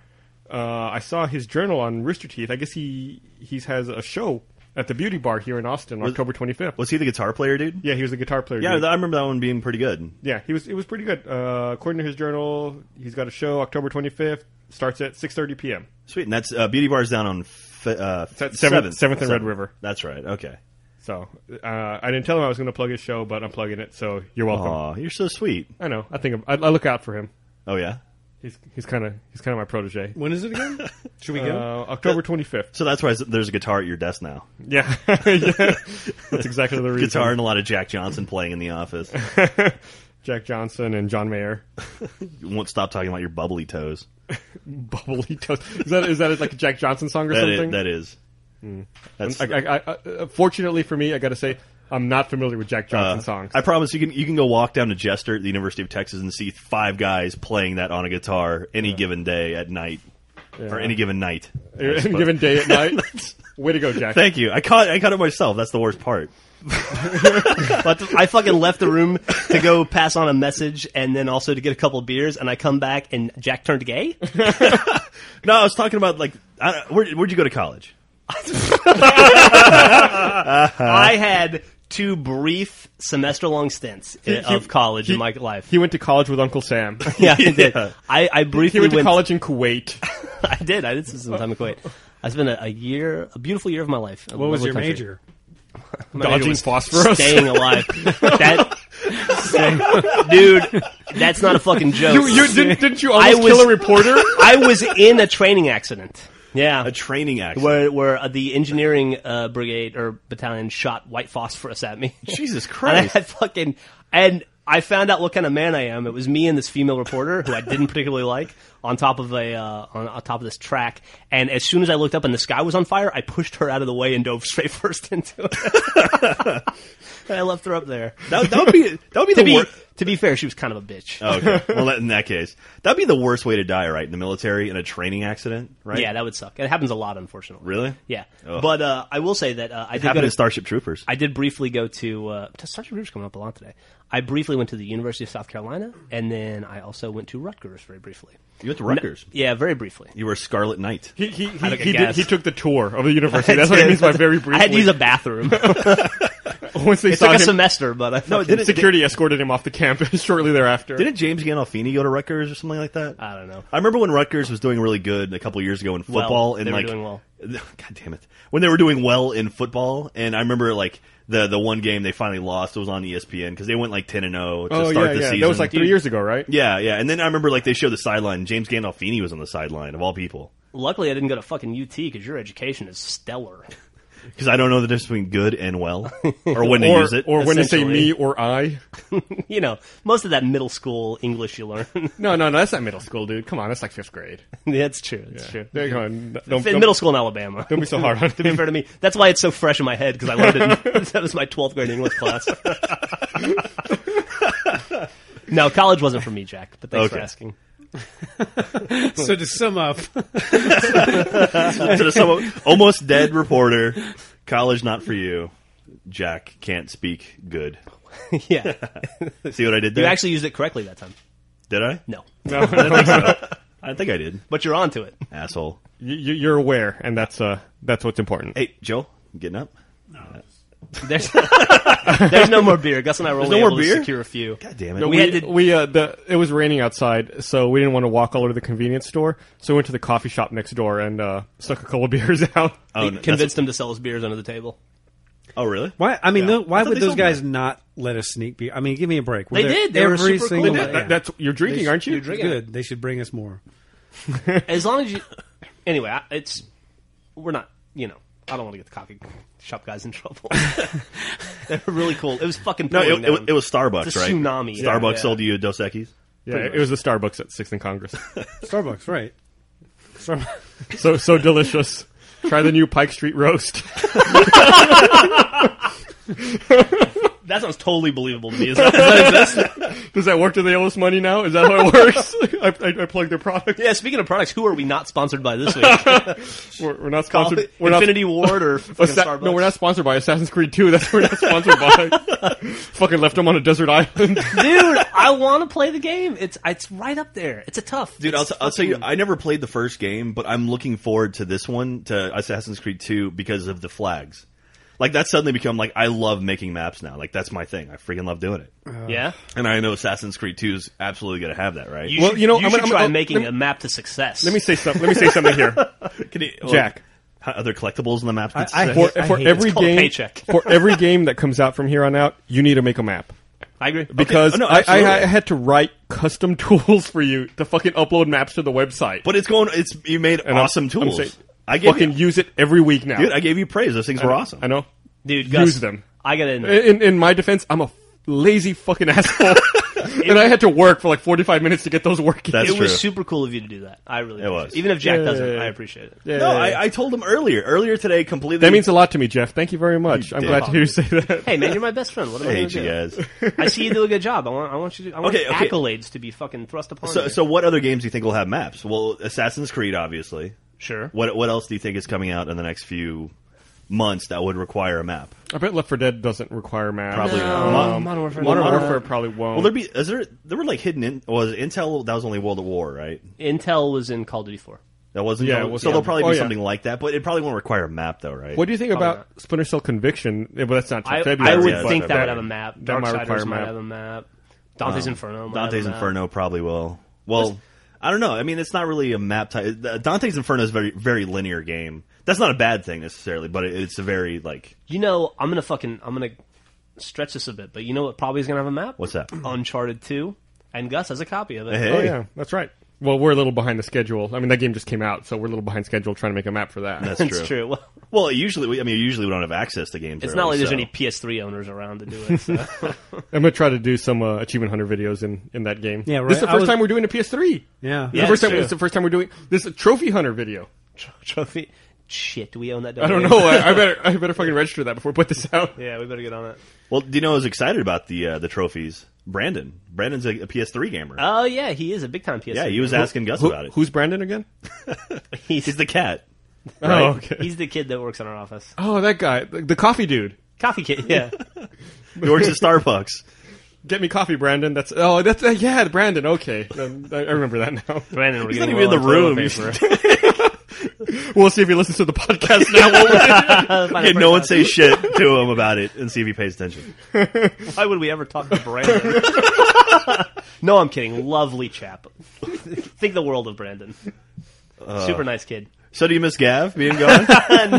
Uh, I saw his journal on Rooster Teeth. I guess he he has a show at the Beauty Bar here in Austin, October twenty fifth. Was he the guitar player, dude? Yeah, he was a guitar player. Yeah, dude. I remember that one being pretty good. yeah, he was. It was pretty good. Uh, according to his journal, he's got a show October twenty fifth. Starts at six thirty p.m. Sweet, and that's uh, Beauty Bar's down on f- uh, at seventh, Seventh- Seventh and Red River. That's right. Okay. So uh, I didn't tell him I was going to plug his show, but I'm plugging it. So you're welcome. Aw, you're so sweet. I know. I think I, I look out for him. Oh yeah. He's he's kind of he's kind of my protege. When is it again? Should we Uh, go? October 25th. So that's why there's a guitar at your desk now. Yeah. Yeah. that's exactly the reason. Guitar and a lot of Jack Johnson playing in the office. Jack Johnson and John Mayer. You won't stop talking about your bubbly toes. Bubbly toast. Is that is that like a Jack Johnson song or That is. something? Hmm. That is. That's. I, I, I, uh, fortunately for me, I got to say I'm not familiar with Jack Johnson uh, songs. I promise you can you can go walk down to Jester at the University of Texas and see five guys playing that on a guitar any given day at night or any given night. I Any suppose. given day at night. Way to go, Jack. Thank you. I caught I caught it myself. That's the worst part. But I fucking left the room to go pass on a message and then also to get a couple beers, and I come back and Jack turned gay. No, I was talking about like I, where, where'd you go to college? Uh, I had two brief semester-long stints i- he- of college he- in my life. He went to college with Uncle Sam. yeah, I did. yeah. I, I he briefly went to college in Kuwait. I did. I did spend some time in Kuwait. I spent a, a year, a beautiful year of my life. A What was lovely your country. major? My major Dodging was phosphorus? staying alive. that, dude, that's not a fucking joke. You, you didn't, didn't you I almost was- kill a reporter? I was in a training accident. Yeah. a training accident. where, where uh, the engineering uh, brigade or battalion shot white phosphorus at me. Jesus and I Christ! had fucking and I found out what kind of man I am. It was me and this female reporter who I didn't particularly like on top of a uh, on, on top of this track. And as soon as I looked up and the sky was on fire, I pushed her out of the way and dove straight first into it. and I left her up there. that, that would be that would be To the be wor- Oh, To be fair, she was kind of a bitch. Okay. well, in that case, that'd be the worst way to die, right? In the military, in a training accident, right? Yeah, that would suck. It happens a lot, unfortunately. Really? Yeah. Ugh. But uh, I will say that uh, I It did go happened to in Starship Troopers. I did briefly go to uh, to Starship Troopers coming up a lot today. I briefly went to the University of South Carolina, and then I also went to Rutgers very briefly. you went to Rutgers. Yeah, very briefly. You were a Scarlet Knight. He he he, don't he, did, guess. he took the tour of the university. That's what it means by very briefly. I had to use a bathroom. it Once they saw took a him, semester, but I fucking- didn't- security escorted him off the campus shortly thereafter. Didn't James Gandolfini go to Rutgers or something like that? I don't know. I remember when Rutgers was doing really good a couple years ago in Well, football, and they were like, doing well. God damn it, when they were doing well in football, and I remember like the the one game they finally lost it was on E ESPN because they went like ten and zero to Oh start yeah, the yeah. season. That was like three years ago, right? Yeah, yeah, and then I remember like they showed the sideline. James Gandolfini was on the sideline of all people Luckily, I didn't go to fucking UT because your education is stellar. because I don't know the difference between good and well or when they or use it. or when they say essentially. me or I. you know, most of that middle school English you learn. No, no, no. That's not middle school, dude. Come on, that's like fifth grade. that's true. That's true. There you go. N- Don't, In don't- middle school in Alabama. don't be so hard on to be fair to me, that's why it's so fresh in my head because I learned it. in- that was my twelfth grade English class. no, college wasn't for me, Jack. But thanks for Okay. asking. so to sum up, to the some almost dead reporter. College not for you. Jack can't speak good. yeah, See what I did there? you actually used it correctly that time. did I? No, I think I did. but you're onto it. Asshole. You, you- you're aware, and that's uh that's what's important. Hey, Joe, you getting up? There's, there's no more beer. Gus and I were only no more able beer? to secure a few. God damn it. Oh, No, we we had to- we, uh, the it was raining outside, so we didn't want to walk all over the convenience store. So we went to the coffee shop next door and uh, stuck a couple of beers out. oh, we no, convinced him to sell his beers under the table. that's- oh, really? why? I mean, no, why thought would they those sold them. guys not let us sneak beer? I mean, give me a break. We're They there did. They were every super cool single about day. it. That- that's you're drinking, aren't you? You're drinking. good. They should bring us more. As long as you, anyway, I- it's we're not. You know, I don't want to get the coffee shop guys in trouble. they were really cool. It was fucking. No, pouring it, it, was- down. it was Starbucks, It's a right? tsunami. Starbucks Yeah. sold you Dos Equis. Yeah, it was the Starbucks at Sixth and Congress. Starbucks, right? Starbucks. so so delicious. Try the new Pike Street roast. That sounds totally believable to me. Is that- is that- Does that work? Do they owe us money now? Is that how it works? I, I, I plugged their product. yeah, speaking of products, who are we not sponsored by this week? We're, we're not sponsored. We're not, Infinity Ward or fucking Assa- Starbucks? no, we're not sponsored by Assassin's Creed 2. That's what we're not sponsored by. Fucking left them on a desert island. Dude, I want to play the game. It's it's right up there. It's a tough. Dude, I'll, it's t- I'll tell you, fucking- I never played the first game, but I'm looking forward to this one, to Assassin's Creed 2, because of the flags. Like, that's suddenly become, like, I love making maps now. Like, that's my thing. I freaking love doing it. yeah. And I know Assassin's Creed 2 is absolutely going to have that, right? You Well, should, you know, I'm should gonna- I'm try gonna- making let me- a map to success. Let me say something. Let me say something here, Can you- well, Jack. how- Are there collectibles in the maps? I- I For, hate- I for hate- every it's called a game, paycheck. for every game that comes out from here on out, you need to make a map I agree. because oh, no, I, absolutely. I, I had to write custom tools for you to fucking upload maps to the website. but it's going, it's, you made And I'm- awesome I'm tools. saying, I gave fucking you, use it every week now. dude, I gave you praise. Those things were awesome. I know. Dude, Gus, use them. I got in. In, in my defense, I'm a lazy fucking asshole, and I had to work for like 45 minutes to get those working. That's it was true. super cool of you to do that. I really It appreciate was. Even if Jack Yeah, doesn't, yeah, yeah. I appreciate it. Yeah, No, yeah, yeah. I, I told him earlier. Earlier today, completely. that means a lot to me, Jeff. Thank you very much. I'm dick. glad to hear you say that. Hey man, you're my best friend. What am I I hate you gonna guys. do? I see you do a good job. I want, I want you. To, I want Okay, okay. accolades to be fucking thrust upon so, you. so what other games do you think will have maps? Well, Assassin's Creed, obviously. sure. What What else do you think is coming out in the next few months that would require a map? I bet Left 4 Dead doesn't require maps. Probably not. Um, Modern Warfare. Modern Modern- Warfare probably won't. Oh. Well, there be is there there were like hidden in, was Intel that was only World of War right? Intel was in Call of Duty 4. That wasn't Yeah, Call- it was- so there'll probably Oh, be yeah. something like that, but it probably won't require a map though, right? what do you think about not. Splinter Cell Conviction? Yeah, well, that's not I, till February. I would yeah, but- think that would February. have a map. That might Darksiders require a might map. have a map. Dante's Inferno. Might Oh. Dante's have a map. Inferno probably will. Well, I don't know. I mean, it's not really a map type. Dante's Inferno is a very very linear game. That's not a bad thing necessarily, but it, it's a very like You know, I'm gonna fucking I'm gonna stretch this a bit, but you know what? Probably is gonna have a map. What's that? Uncharted 2, and Gus has a copy of it. hey. Oh yeah, that's right. Well, we're a little behind the schedule. I mean, that game just came out, so we're a little behind schedule trying to make a map for that. that's It's true. Well, Well, usually, we, I mean, usually we don't have access to games. it's early, not like there's so- any PS3 owners around to do it. So. I'm gonna try to do some uh, achievement hunter videos in, in that game. Yeah, This is right. the I first was- time we're doing a PS3. Yeah. It's the Yeah, first time. true. It's the first time we're doing this is a trophy hunter video. Tro- Trophy. Shit, do we own that? I don't know. I, I better I better fucking register that before we put this out. Yeah, we better get on it. Well, Dino is excited about the uh, the trophies. Brandon. Brandon's a, a PS3 gamer. Oh yeah, he is a big time PS. yeah, he was asking Gus Who- about it. Who's Brandon again? He's, He's the cat. Oh, Right. okay. he's the kid that works in our office. oh, that guy, the, the coffee dude. Coffee kid. Yeah. He works at Starbucks. Get me coffee, Brandon. That's oh, that's uh, yeah, Brandon. Okay, Um, I I remember that now. Brandon, we're He's not getting even in the roll on room. toilet paper. We'll see if he listens to the podcast now. won't we? Find out Yeah, no one first. say shit to him about it and see if he pays attention. Why would we ever talk to Brandon? no, I'm kidding. Lovely chap. Think the world of Brandon. Super nice kid. So do you miss Gav being gone?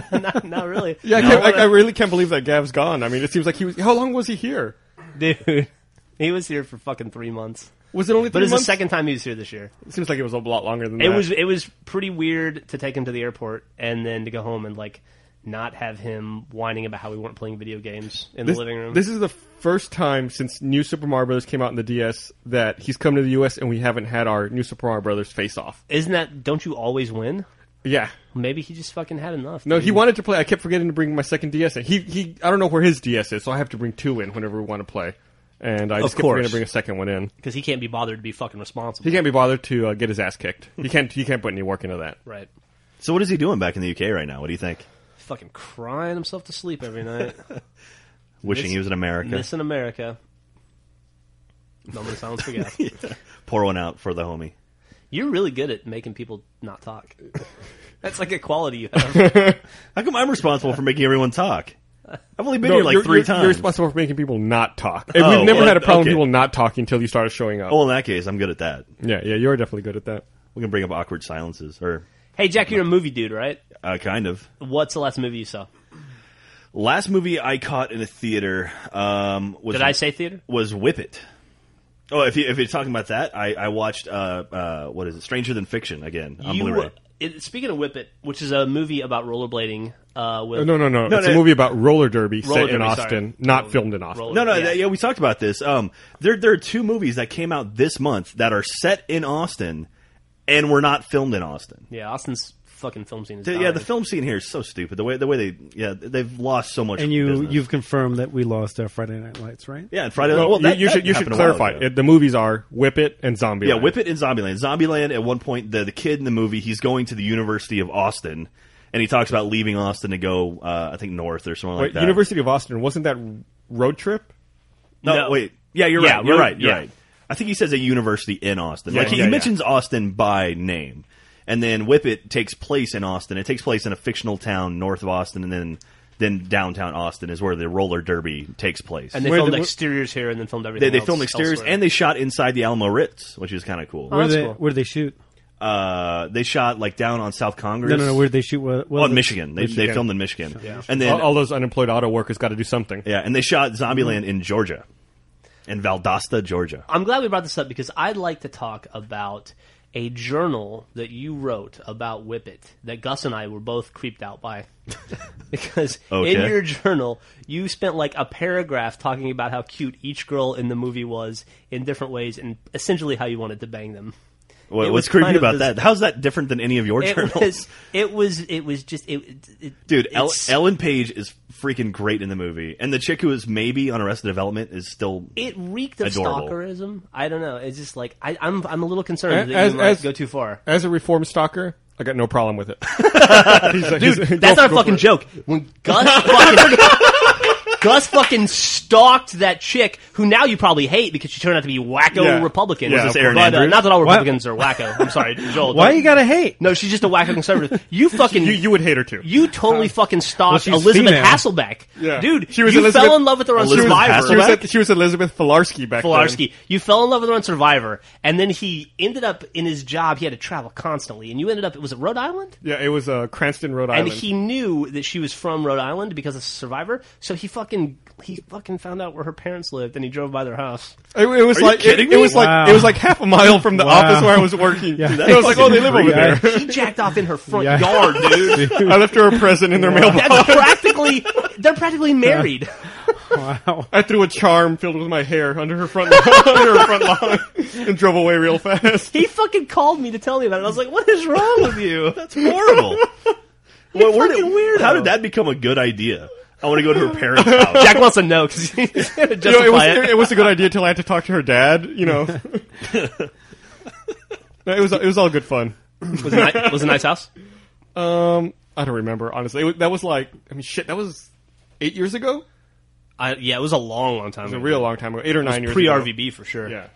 not, not really. yeah, I, No, can't, I, I uh, really can't believe that Gav's gone. I mean, it seems like he was. How long was he here? dude. He was here for fucking three months. Was it only? But three it's the months? second time he was here this year. It seems like it was a lot longer than It that. was it was pretty weird to take him to the airport and then to go home and like not have him whining about how we weren't playing video games in this, the living room. This is the first time since New Super Mario Brothers came out in the DS that he's come to the US and we haven't had our New Super Mario Brothers face off. Isn't that don't you always win? Yeah. Maybe he just fucking had enough. No, he dude. wanted to play. I kept forgetting to bring my second DS in. He, he, I don't know where his DS is, so I have to bring two in whenever we want to play. And I just kept forgetting course. to bring a second one in. because he can't be bothered to be fucking responsible. He can't be bothered to uh, get his ass kicked. He can't. He can't put any work into that. right. so what is he doing back in the UK right now? What do you think? Fucking crying himself to sleep every night. Wishing Miss- he was in America. Missing America. Moment of silence for gas. Pour one out for the homie. You're really good at making people not talk. That's like a quality you have. How come I'm responsible for making everyone talk? I've only been No, here like you're- 3 you're- times. You're responsible for making people not talk. And Oh, We've never well, had a problem with okay. people Oh. not talking until you started showing up. well, in that case, I'm good at that. Yeah, yeah, you're definitely good at that. We can bring up awkward silences or hey, Jack, you're a movie dude, right? uh, kind of. What's the last movie you saw? Last movie I caught in a theater um, was Did I say theater? was Whip It. Oh, if, you, if you're talking about that, I, I watched uh, uh, what is it? Stranger Than Fiction again on You- Blu-ray. it- speaking of Whip It, which is a movie about rollerblading. Uh, with No, no, no. Oh, No, it's a no. movie about roller derby Roller set in derby, Austin, sorry. not Roller- filmed in Austin. roller- No, no, Yeah. yeah. yeah, we talked about this. Um, there, there are two movies that came out this month that are set in Austin and were not filmed in Austin. Yeah, Austin's fucking film scene is. The- yeah, dying. the film scene here is so stupid. The way, the way they, yeah, they've lost so much. And you business. you've confirmed that we lost our Friday Night Lights, right? yeah, and Friday. Well, Well, you- that- you, that should you should happened a while clarify. ago. It, the movies are Whip It and Zombie. Yeah, Whip It in Zombieland. Zombieland, at one point, the, the kid in the movie, he's going to the University of Austin, and he talks about leaving Austin to go, uh, I think, north or something like that. University of Austin wasn't that road trip? No, No. wait. Yeah, you're Yeah, right. You're we're- right. You're yeah. right. I think he says a university in Austin. like he, yeah, he yeah. mentions Austin by name, and then Whip It takes place in Austin. It takes place in a fictional town north of Austin, and then then downtown Austin is where the roller derby takes place. and they where filmed the- exteriors here and then filmed everything. they, they else filmed exteriors, elsewhere. and they shot inside the Alamo Ritz, which is kind of cool. Oh, Where that's they cool. where do they shoot? Uh, they shot like down on South Congress. No, no, no. Where do they shoot? Well, Oh, in Michigan. They, they Michigan. Oh, filmed in Michigan. And then All, all those unemployed auto workers got to do something. yeah, and they shot Zombieland in Georgia. In Valdosta, Georgia. I'm glad we brought this up because I'd like to talk about a journal that you wrote about Whippet that Gus and I were both creeped out by. because in Okay. your journal, you spent like a paragraph talking about how cute each girl in the movie was in different ways and essentially how you wanted to bang them. What, It what's was creepy kind of about this- that? How's that different than any of your It journals? was, it was, it was just, it, it- Dude, El- it's- Ellen Page is freaking great in the movie, and the chick who is maybe on Arrested Development is still. it reeked of Adorable. stalkerism. I don't know. It's just like I, I'm, I'm a little A- concerned that as- you might as- go too far. As a reform stalker, I got no problem with it. He's like- he's- go- That's not a go fucking for it. joke. When Gus fucking Gus fucking stalked that chick who now you probably hate because she turned out to be wacko Yeah. Republican. Was this But, Erin uh, Andrews? not that all Republicans are wacko. I'm sorry, Joel. Why don't- you gotta hate? No, she's just a wacko conservative. You fucking You, you would hate her too. you totally fucking stalked she's Elizabeth female. Hasselbeck. Yeah. Dude, She was you Elizabeth- fell in love with her on Elizabeth Survivor. Hasselbeck? she, was, at- she was Elizabeth Filarski back Polarski. You fell in love with her on Survivor, and then he ended up in his job. He had to travel constantly, and you ended up. Was it Rhode Island? then. Yeah, it was uh, Cranston, Rhode and Island. he knew that she was from Rhode Island because of Survivor. So he fucking he fucking found out where her parents lived, and he drove by their house. It, it was Are you like it- kidding it, me? was like Wow. it was like half a mile from the Wow. office where I was working. Yeah. And I was like, oh, they live over Yeah. there. He jacked off in her front Yeah. yard, dude. I left her a present in their mailbox. That's practically they're practically married. Wow. I threw a charm filled with my hair under her front lawn, under her front lawn and drove away real fast. He fucking called me to tell me about it. I was like, "What is wrong with you?" That's horrible. Well, where fucking did- weirdo. How did that become a good idea? I want to go to her parents' house. Jack wants to know because he's going to You know, it, was, justify it. it. was a good idea till I had to talk to her dad. You know, No, it was it was all good fun. Was it ni- was it a nice house? Um, I don't remember honestly. It was, that was like I mean, shit. That was eight years ago. I, yeah, it was a long, long time It was ago. a real long time ago. Eight or nine years. Pre ago. RVB for sure. Yeah.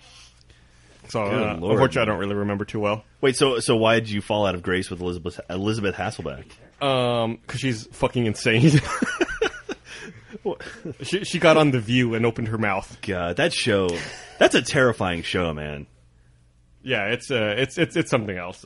So, Good uh, lord. unfortunately, I don't really remember too well. Wait, so so why did you fall out of grace with Elizabeth Elizabeth Hasselbeck? Um, because she's fucking insane. she she got on the View and opened her mouth. God, that show, that's a terrifying show, man. Yeah, it's uh, it's it's it's something else.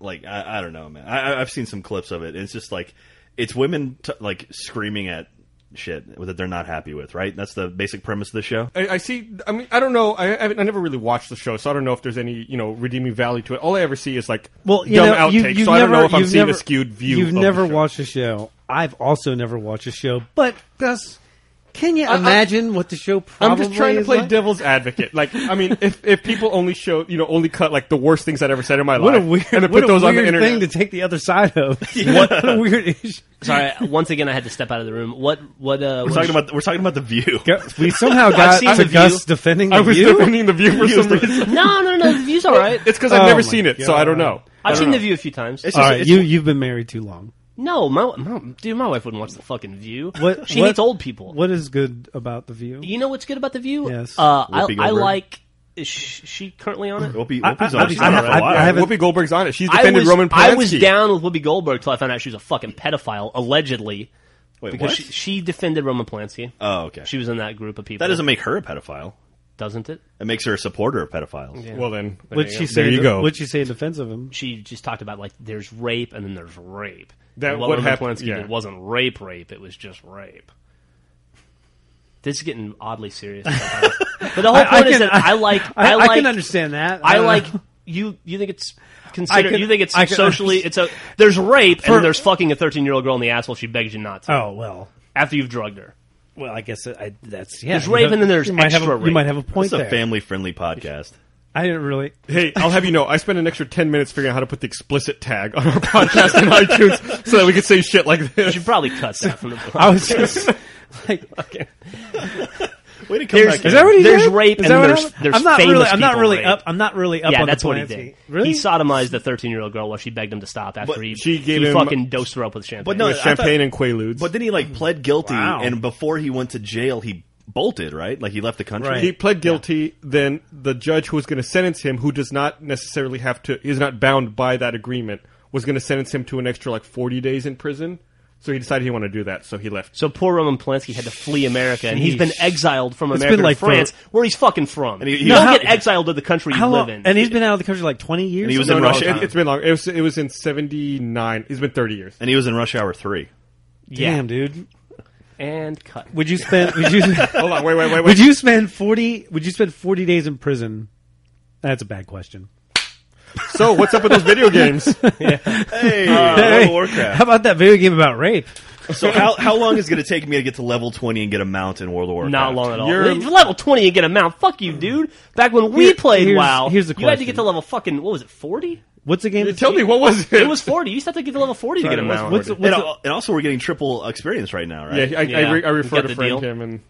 Like I, I don't know, man. I, I- I've seen some clips of it. And it's just like it's women t- like screaming at shit that they're not happy with. Right? That's the basic premise of the show. I, I see. I mean, I don't know. I I, haven't- I never really watched the show, so I don't know if there's any you know redeeming value to it. All I ever see is like Well, you dumb know, outtakes. you've, you've so never, I don't know if I'm you've seeing never- a skewed view. You've of the never show. watched a show. I've also never watched a show. But Gus, can you I- imagine what the show probably? I'm just trying to is play like? devil's advocate. Like, I mean, if if people only show you know only cut like the worst things I'd ever said in my What a life weird, and then what put a those on weird the internet. thing to take the other side of. what, a weird issue. Sorry, once again, I had to step out of the room. What? What? Uh, We're talking about we're talking about the View. Gus- We somehow got seen to The Gus View. defending the I was view. defending the view for some reason. No, no, no. The view's all right. It's because I've Oh never my seen it, so I don't know. I've seen the view a few times. It's All just- right, it's- you you've been married too long. no, my, my dude, my wife wouldn't watch the fucking view. What she what- hates old people. What is good about the view? You know what's good about the view? Yes. Uh, I, Whoopi I Goldberg. Oh. like. Is sh- she currently on it? Whoopi, I- Whoopi's I- on I- she's been on I- for a I- while. I haven't- Whoopi Goldberg's on it. She's I defended was, Roman Polanski. I was down with Whoopi Goldberg till I found out she was a fucking pedophile, allegedly. Wait, because what? She, she defended Roman Polanski. oh, okay. She was in that group of people. that doesn't make her a pedophile. doesn't it? It makes her a supporter of pedophiles. Well then, there What'd you she go. say? There you go. What'd she say in defense of him? She just talked about like there's rape and then there's rape. That- And what what Roman happened- Polanski yeah. did wasn't rape, rape. It was just rape. This is getting oddly serious. but the whole point is that I like I, like can understand that. I Uh, like you. You think it's considered? I can- you think it's I can socially? It's a there's rape and then there's fucking a 13 year old girl in the asshole. She begs you not to Oh well, after you've drugged her. well I guess I, that's yeah. There's you rape have- and then there's you might have extra a, you rape. might have a point It's a there. family friendly podcast. I didn't really. Hey, I'll have you know, I spent an extra 10 minutes figuring out how to put the explicit tag on our podcast on iTunes so that we could say shit like You this. should probably cut that from the. I was just like, Way to come back. is that what he There's did? rape Is and that what there's- happened? there's I'm not famous really. I'm not people really rape. up. I'm not really up yeah, on that's the what he Polanski. did. Really? He sodomized the 13 year old girl while she begged him to stop after But he she gave he him- fucking dosed her up with champagne. But no, With I champagne thought- and quaaludes. But then he like pled guilty, Wow. and before he went to jail, he bolted. Right, like he left the country. Right. he pled guilty, then the judge who was going to sentence him, who does not necessarily have to, is not bound by that agreement, was going to sentence him to an extra like 40 days in prison. So he decided he wanted to do that, so he left. so poor Roman Polanski had to flee America, and he's been exiled from America been to like for- France, where he's fucking from. he- you he- don't No, get how- exiled to the country you How live long- in. And he's been out of the country like 20 years. And he was or in something? Russia. It, has been long. It was, it was in 79. It's been 30 years. and he was in Rush Hour Three. yeah. Damn, dude. And cut. Would you spend? Would you? Hold on, wait, wait, wait, would wait. you spend 40? Would you spend 40 days in prison? That's a bad question. so what's up with those video games? Hey, Hey, Uh, World of How Warcraft. about that video game about rape? so how how long is it going to take me to get to level twenty and get a mount in World of Warcraft? Not long at all. You're- If you're level 20 and get a mount. Fuck you, dude. Back when we Here- played here's- WoW, here's the you had to question. get to level fucking, what was it, 40? What's the game? that's- Tell me, what was it? It was 40. You used to have to get to level 40 to get a Sorry, mount. What's, Lord. what's and, the- al- and also, we're getting triple experience right now, right? Yeah, I, I, Yeah. re- I You refer got to the Frank deal? him, and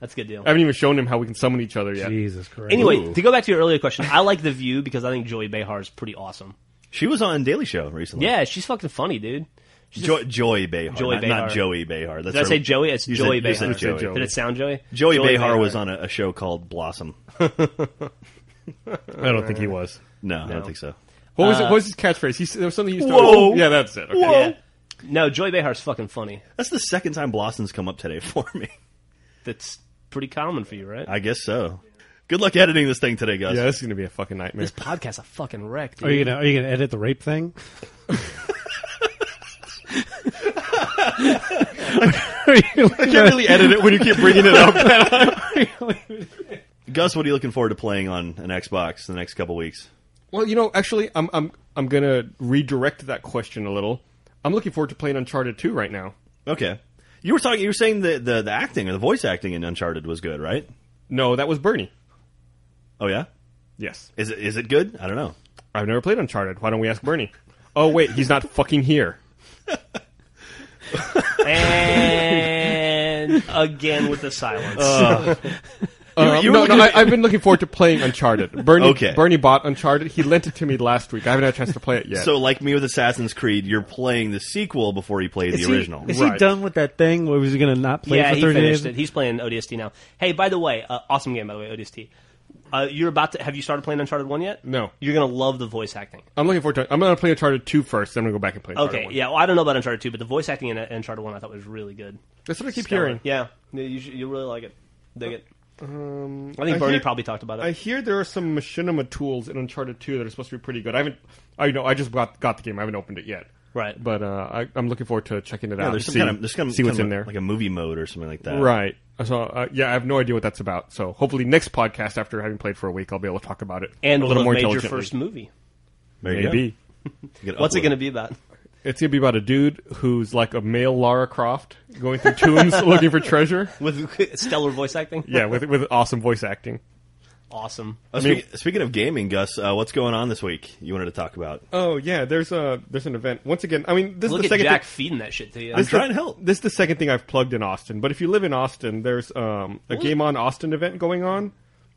That's a good deal. I haven't even shown him how we can summon each other yet. Jesus Christ. Anyway, Ooh. to go back to your earlier question, I like The View because I think Joey Behar is pretty awesome. She was on Daily Show recently. Yeah, she's fucking funny, dude. She's Jo- Joy Behar, Joy not, Behar. not Joey Behar. That's Did I her- say Joey? It's You said- Joey you Behar. said Joey. Did it sound Joey? Joey Behar was on a, a show called Blossom. I don't think he was. No, I don't think so. What was, it, what was his catchphrase? He, s- there was something he used to. Uh, Whoa. Yeah, that's it. Okay. Yeah. No, Joey Behar's fucking funny. That's the second time Blossom's come up today for me. That's pretty common for you, right? I guess so. Good luck editing this thing today, Gus. Yeah, this is gonna be a fucking nightmare. this podcast's a fucking wreck, dude. Are you gonna Are you gonna edit the rape thing? Are you can't really edit it when you keep bringing it up. Gus, what are you looking forward to playing on an Xbox the next couple weeks? well, you know, actually, I'm I'm I'm gonna redirect that question a little. I'm looking forward to playing Uncharted 2 right now. Okay. You were talking. You were saying the, the the acting or the voice acting in Uncharted was good, right? No, that was Bernie. Oh yeah. Yes, Is it is it good? I don't know. I've never played Uncharted. Why don't we ask Bernie? Oh wait, he's not fucking here. again with the silence. Oh, Uh, you were no, looking no, at- I, I've been looking forward to playing Uncharted. Bernie, Okay. Bernie bought Uncharted. He lent it to me last week. I haven't had a chance to play it yet. So, like me with Assassin's Creed, you're playing the sequel before you play the Is original. He, is he Right. done with that thing? Where was he going to not play yeah, for he thirty finished days? it. He's playing ODST now. Hey, by the way, uh, awesome game by the way, ODST. Uh, you're about to have you started playing Uncharted One yet? No. You're gonna love the voice acting. I'm looking forward to. I'm going to play Uncharted two first. Then I'm going to go back and play. Uncharted Okay, one. yeah. Well, I don't know about Uncharted Two, but the voice acting in uh, Uncharted One I thought was really good. That's what I keep Stellar. hearing. Yeah, Yeah, you, should- you'll really like it. Dig it. Um, I think I Bernie hear- probably talked about it. I hear there are some machinima tools in Uncharted 2 that are supposed to be pretty good. I haven't, I know, I just got got the game. I haven't opened it yet. Right. But uh, I, I'm looking forward to checking it Yeah, out. there's and some see, kind of there's kind of see what's kind of in there. like a movie mode or something like that. right. So uh, yeah, I have no idea what that's about. So hopefully next podcast after having played for a week, I'll be able to talk about it and a we'll little have more made your intelligently. first movie. There you go. Maybe You can What's it upload going to be about? it's gonna be about a dude who's like a male Lara Croft going through tombs looking for treasure. With stellar voice acting. Yeah, with with awesome voice acting. Awesome. mean- Uh, speak- speaking of gaming, Gus, uh, what's going on this week? You wanted to talk about? Oh yeah, there's a there's an event once again. I mean, this Look is the at second Jack thing- feeding that shit to you. I'm This is the- trying to help. This is the second thing I've plugged in Austin. But if you live in Austin, there's um, a Game On Austin event going on.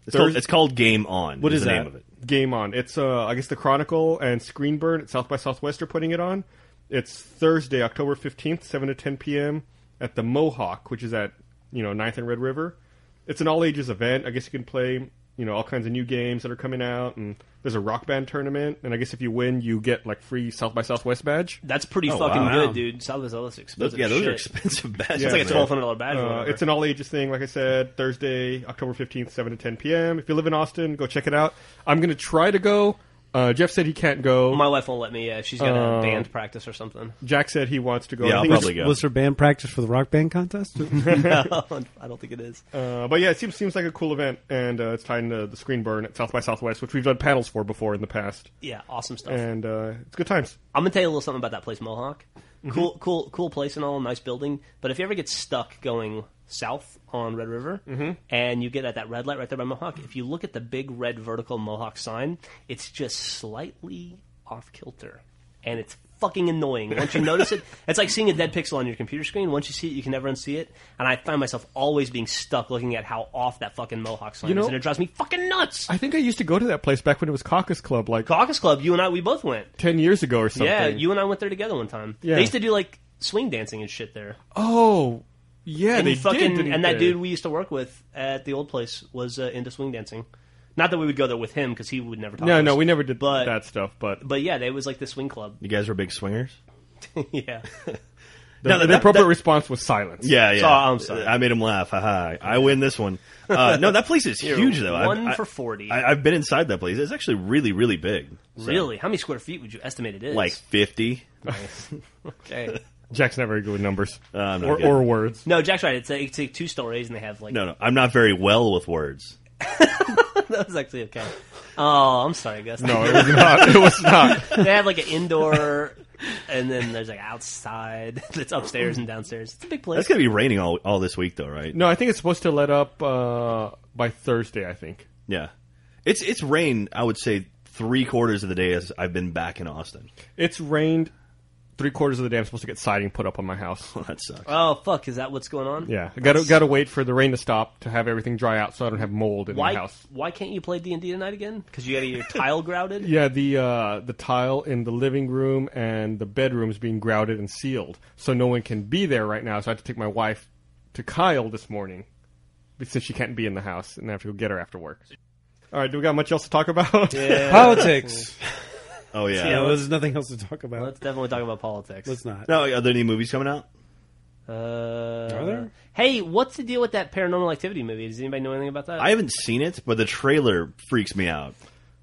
It's called, it's called Game On. What is the name of it? Game On. It's uh, I guess the Chronicle and Screenburn at South by Southwest are putting it on. It's Thursday, October fifteenth, seven to ten p.m. at the Mohawk, which is at you know 9th and Red River. It's an all ages event. I guess you can play you know all kinds of new games that are coming out, and there's a rock band tournament. And I guess if you win, you get like free South by Southwest badge. That's pretty Oh, fucking wow. good, dude. South by Southwest is Those, expensive. yeah, those shit. are expensive badges. Yeah, It's like a man. twelve hundred dollar badge. or Uh, whatever. it's an all ages thing, like I said. Thursday, October fifteenth, seven to ten p.m. If you live in Austin, go check it out. I'm gonna try to go. Uh, Jeff said he can't go. My wife won't let me. Yeah, she's got a band practice or something. Jack said he wants to go. I Yeah, I'll think it's- probably go. Was there band practice for the rock band contest? No, I don't think it is. Uh, but yeah, it seems seems like a cool event, and uh, it's tied into the screen burn at South by Southwest, which we've done panels for before in the past, Yeah, awesome stuff. and uh, it's good times. I'm gonna tell you a little something about that place, Mohawk. Mm-hmm. Cool, cool, cool place and all, nice building. But if you ever get stuck going south on Red River, Mm-hmm. and you get at that red light right there by Mohawk, if you look at the big red vertical Mohawk sign, it's just slightly off kilter, and it's fucking annoying. Once you notice it, it's like seeing a dead pixel on your computer screen. Once you see it, you can never unsee it. And I find myself always being stuck looking at how off that fucking Mohawk sign You is, know- and it drives me fucking nuts. I think I used to go to that place back when it was Caucus Club, like Caucus Club, you and I, we both went. ten years ago or something. Yeah, you and I went there together one time. Yeah. They used to do like swing dancing and shit there. Oh, yeah, And they you fucking did. didn't and that they? dude we used to work with at the old place was uh, into swing dancing. Not that we would go there with him because he would never talk. to No, us. no, we never did But- that stuff. But But yeah, they was like the swing club. You guys were big swingers. yeah, the, No, that- the that- appropriate that- response was silence. Yeah, yeah. So, I'm sorry. I made him laugh. Haha. I win this one. Uh, no, that place is huge though. I've- one I- for 40. I, I've been inside that place. It's actually really, really big. So, really. How many square feet would you estimate it is? like fifty. okay. Jack's not very good with numbers Uh, Uh, I'm not or, good. or words. No, Jack's right. It's like, it's like two stories, and they have like No, no. I'm not very well with words. that was actually okay. Oh, I'm sorry, Gus. No, it was not. It was not. they have like an indoor, and then there's like outside. That's upstairs and downstairs. It's a big place. That's gonna be raining all all this week though, right? No, I think it's supposed to let up uh, by Thursday. I think. Yeah. It's it's rain. I would say three quarters of the day as I've been back in Austin. It's rained three quarters of the day. I'm supposed to get siding put up on my house. That sucks. Oh fuck! Is that what's going on? Yeah, I gotta gotta wait for the rain to stop to have everything dry out, so I don't have mold in Why? my house. Why can't you play D and D tonight again? Because you got to get your tile grouted. Yeah, the uh, the tile in the living room and the bedroom is being grouted and sealed, so no one can be there right now. So I had to take my wife to Kyle this morning since she can't be in the house, and I have to go get her after work. All right, do we got much else to talk about? Politics. Oh yeah. yeah, well, there's nothing else to talk about. Let's definitely talk about politics. Let's not. No, are there any movies coming out? Uh, there? Hey, what's the deal with that Paranormal Activity movie? Does anybody know anything about that? I haven't seen it, but the trailer freaks me out.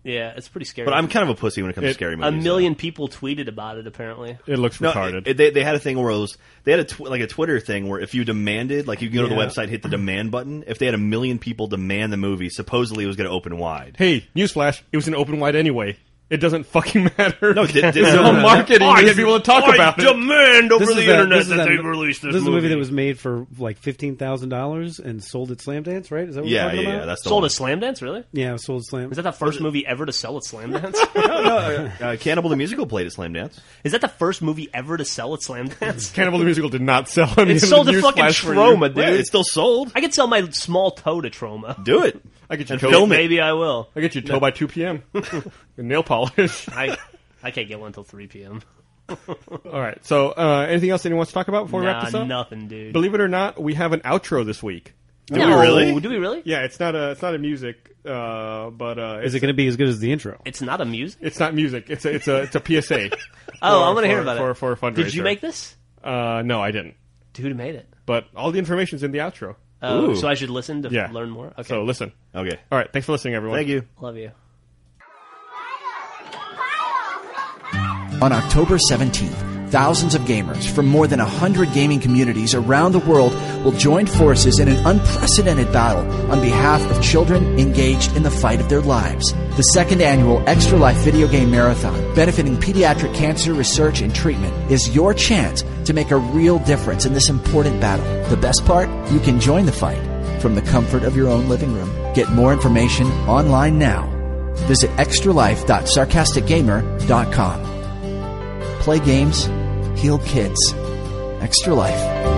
yeah, it's pretty scary. But I'm kind of a pussy when it comes It- to scary a movies. though. million people tweeted about it. Apparently, It looks No, retarded. it- they, they had a thing where it was they had a tw- like a Twitter thing where if you demanded, like you can go to the Yeah. website, hit the demand button. If they had a million people demand the movie, supposedly it was going to open wide. hey, newsflash! It was an open wide anyway. It doesn't fucking matter. No, did- did- it's no, all no, no. marketing. I to get people to talk I about it. demand over This the is that- internet this is that, that- they release this, This is a movie that was made for like fifteen thousand dollars and sold at Slam Dance, right? Is that what we're Yeah, talking yeah, yeah. about? That's the Sold one. at Slam Dance, really? yeah, it was sold at Slam. Is that the first movie ever to sell at Slam Dance? Uh, Cannibal the Musical played at Slam Dance. Is that the first movie ever to sell at Slam Dance? Cannibal the Musical did not sell. any It of the sold to news fucking flash for you. Trauma, dude. Yeah, it's still sold. I could sell my small toe to Trauma. Do it. I get you And toe. film it. Maybe I will. I get you toe by two p.m. And nail polish. I I can't get one until 3 p.m. All right. So, uh, anything else anyone wants to talk about before we wrap Nah, this up? nothing, dude. Believe it or not, we have an outro this week. Do we really? Do we really? Yeah, it's not a it's not a music, uh, but uh, Is it's, it going to be as good as the intro? It's not a music. it's not music. It's a it's a it's a PSA. Oh, for- I want to hear for- about for, it. For a fundraiser. Did you make this? Uh, no, I didn't. Dude made it. But all the information's in the outro. Oh, Ooh. so I should listen to f- Yeah. learn more. Okay, So listen. Okay. All right. Thanks for listening, everyone. Thank you. love you. On October 17th, thousands of gamers from more than 100 gaming communities around the world will join forces in an unprecedented battle on behalf of children engaged in the fight of their lives. The second annual Extra Life Video Game Marathon, benefiting pediatric cancer research and treatment, is your chance to make a real difference in this important battle. The best part? You can join the fight from the comfort of your own living room. Get more information online now. Visit extralife.sarcasticgamer.com play games, heal kids. Extra life.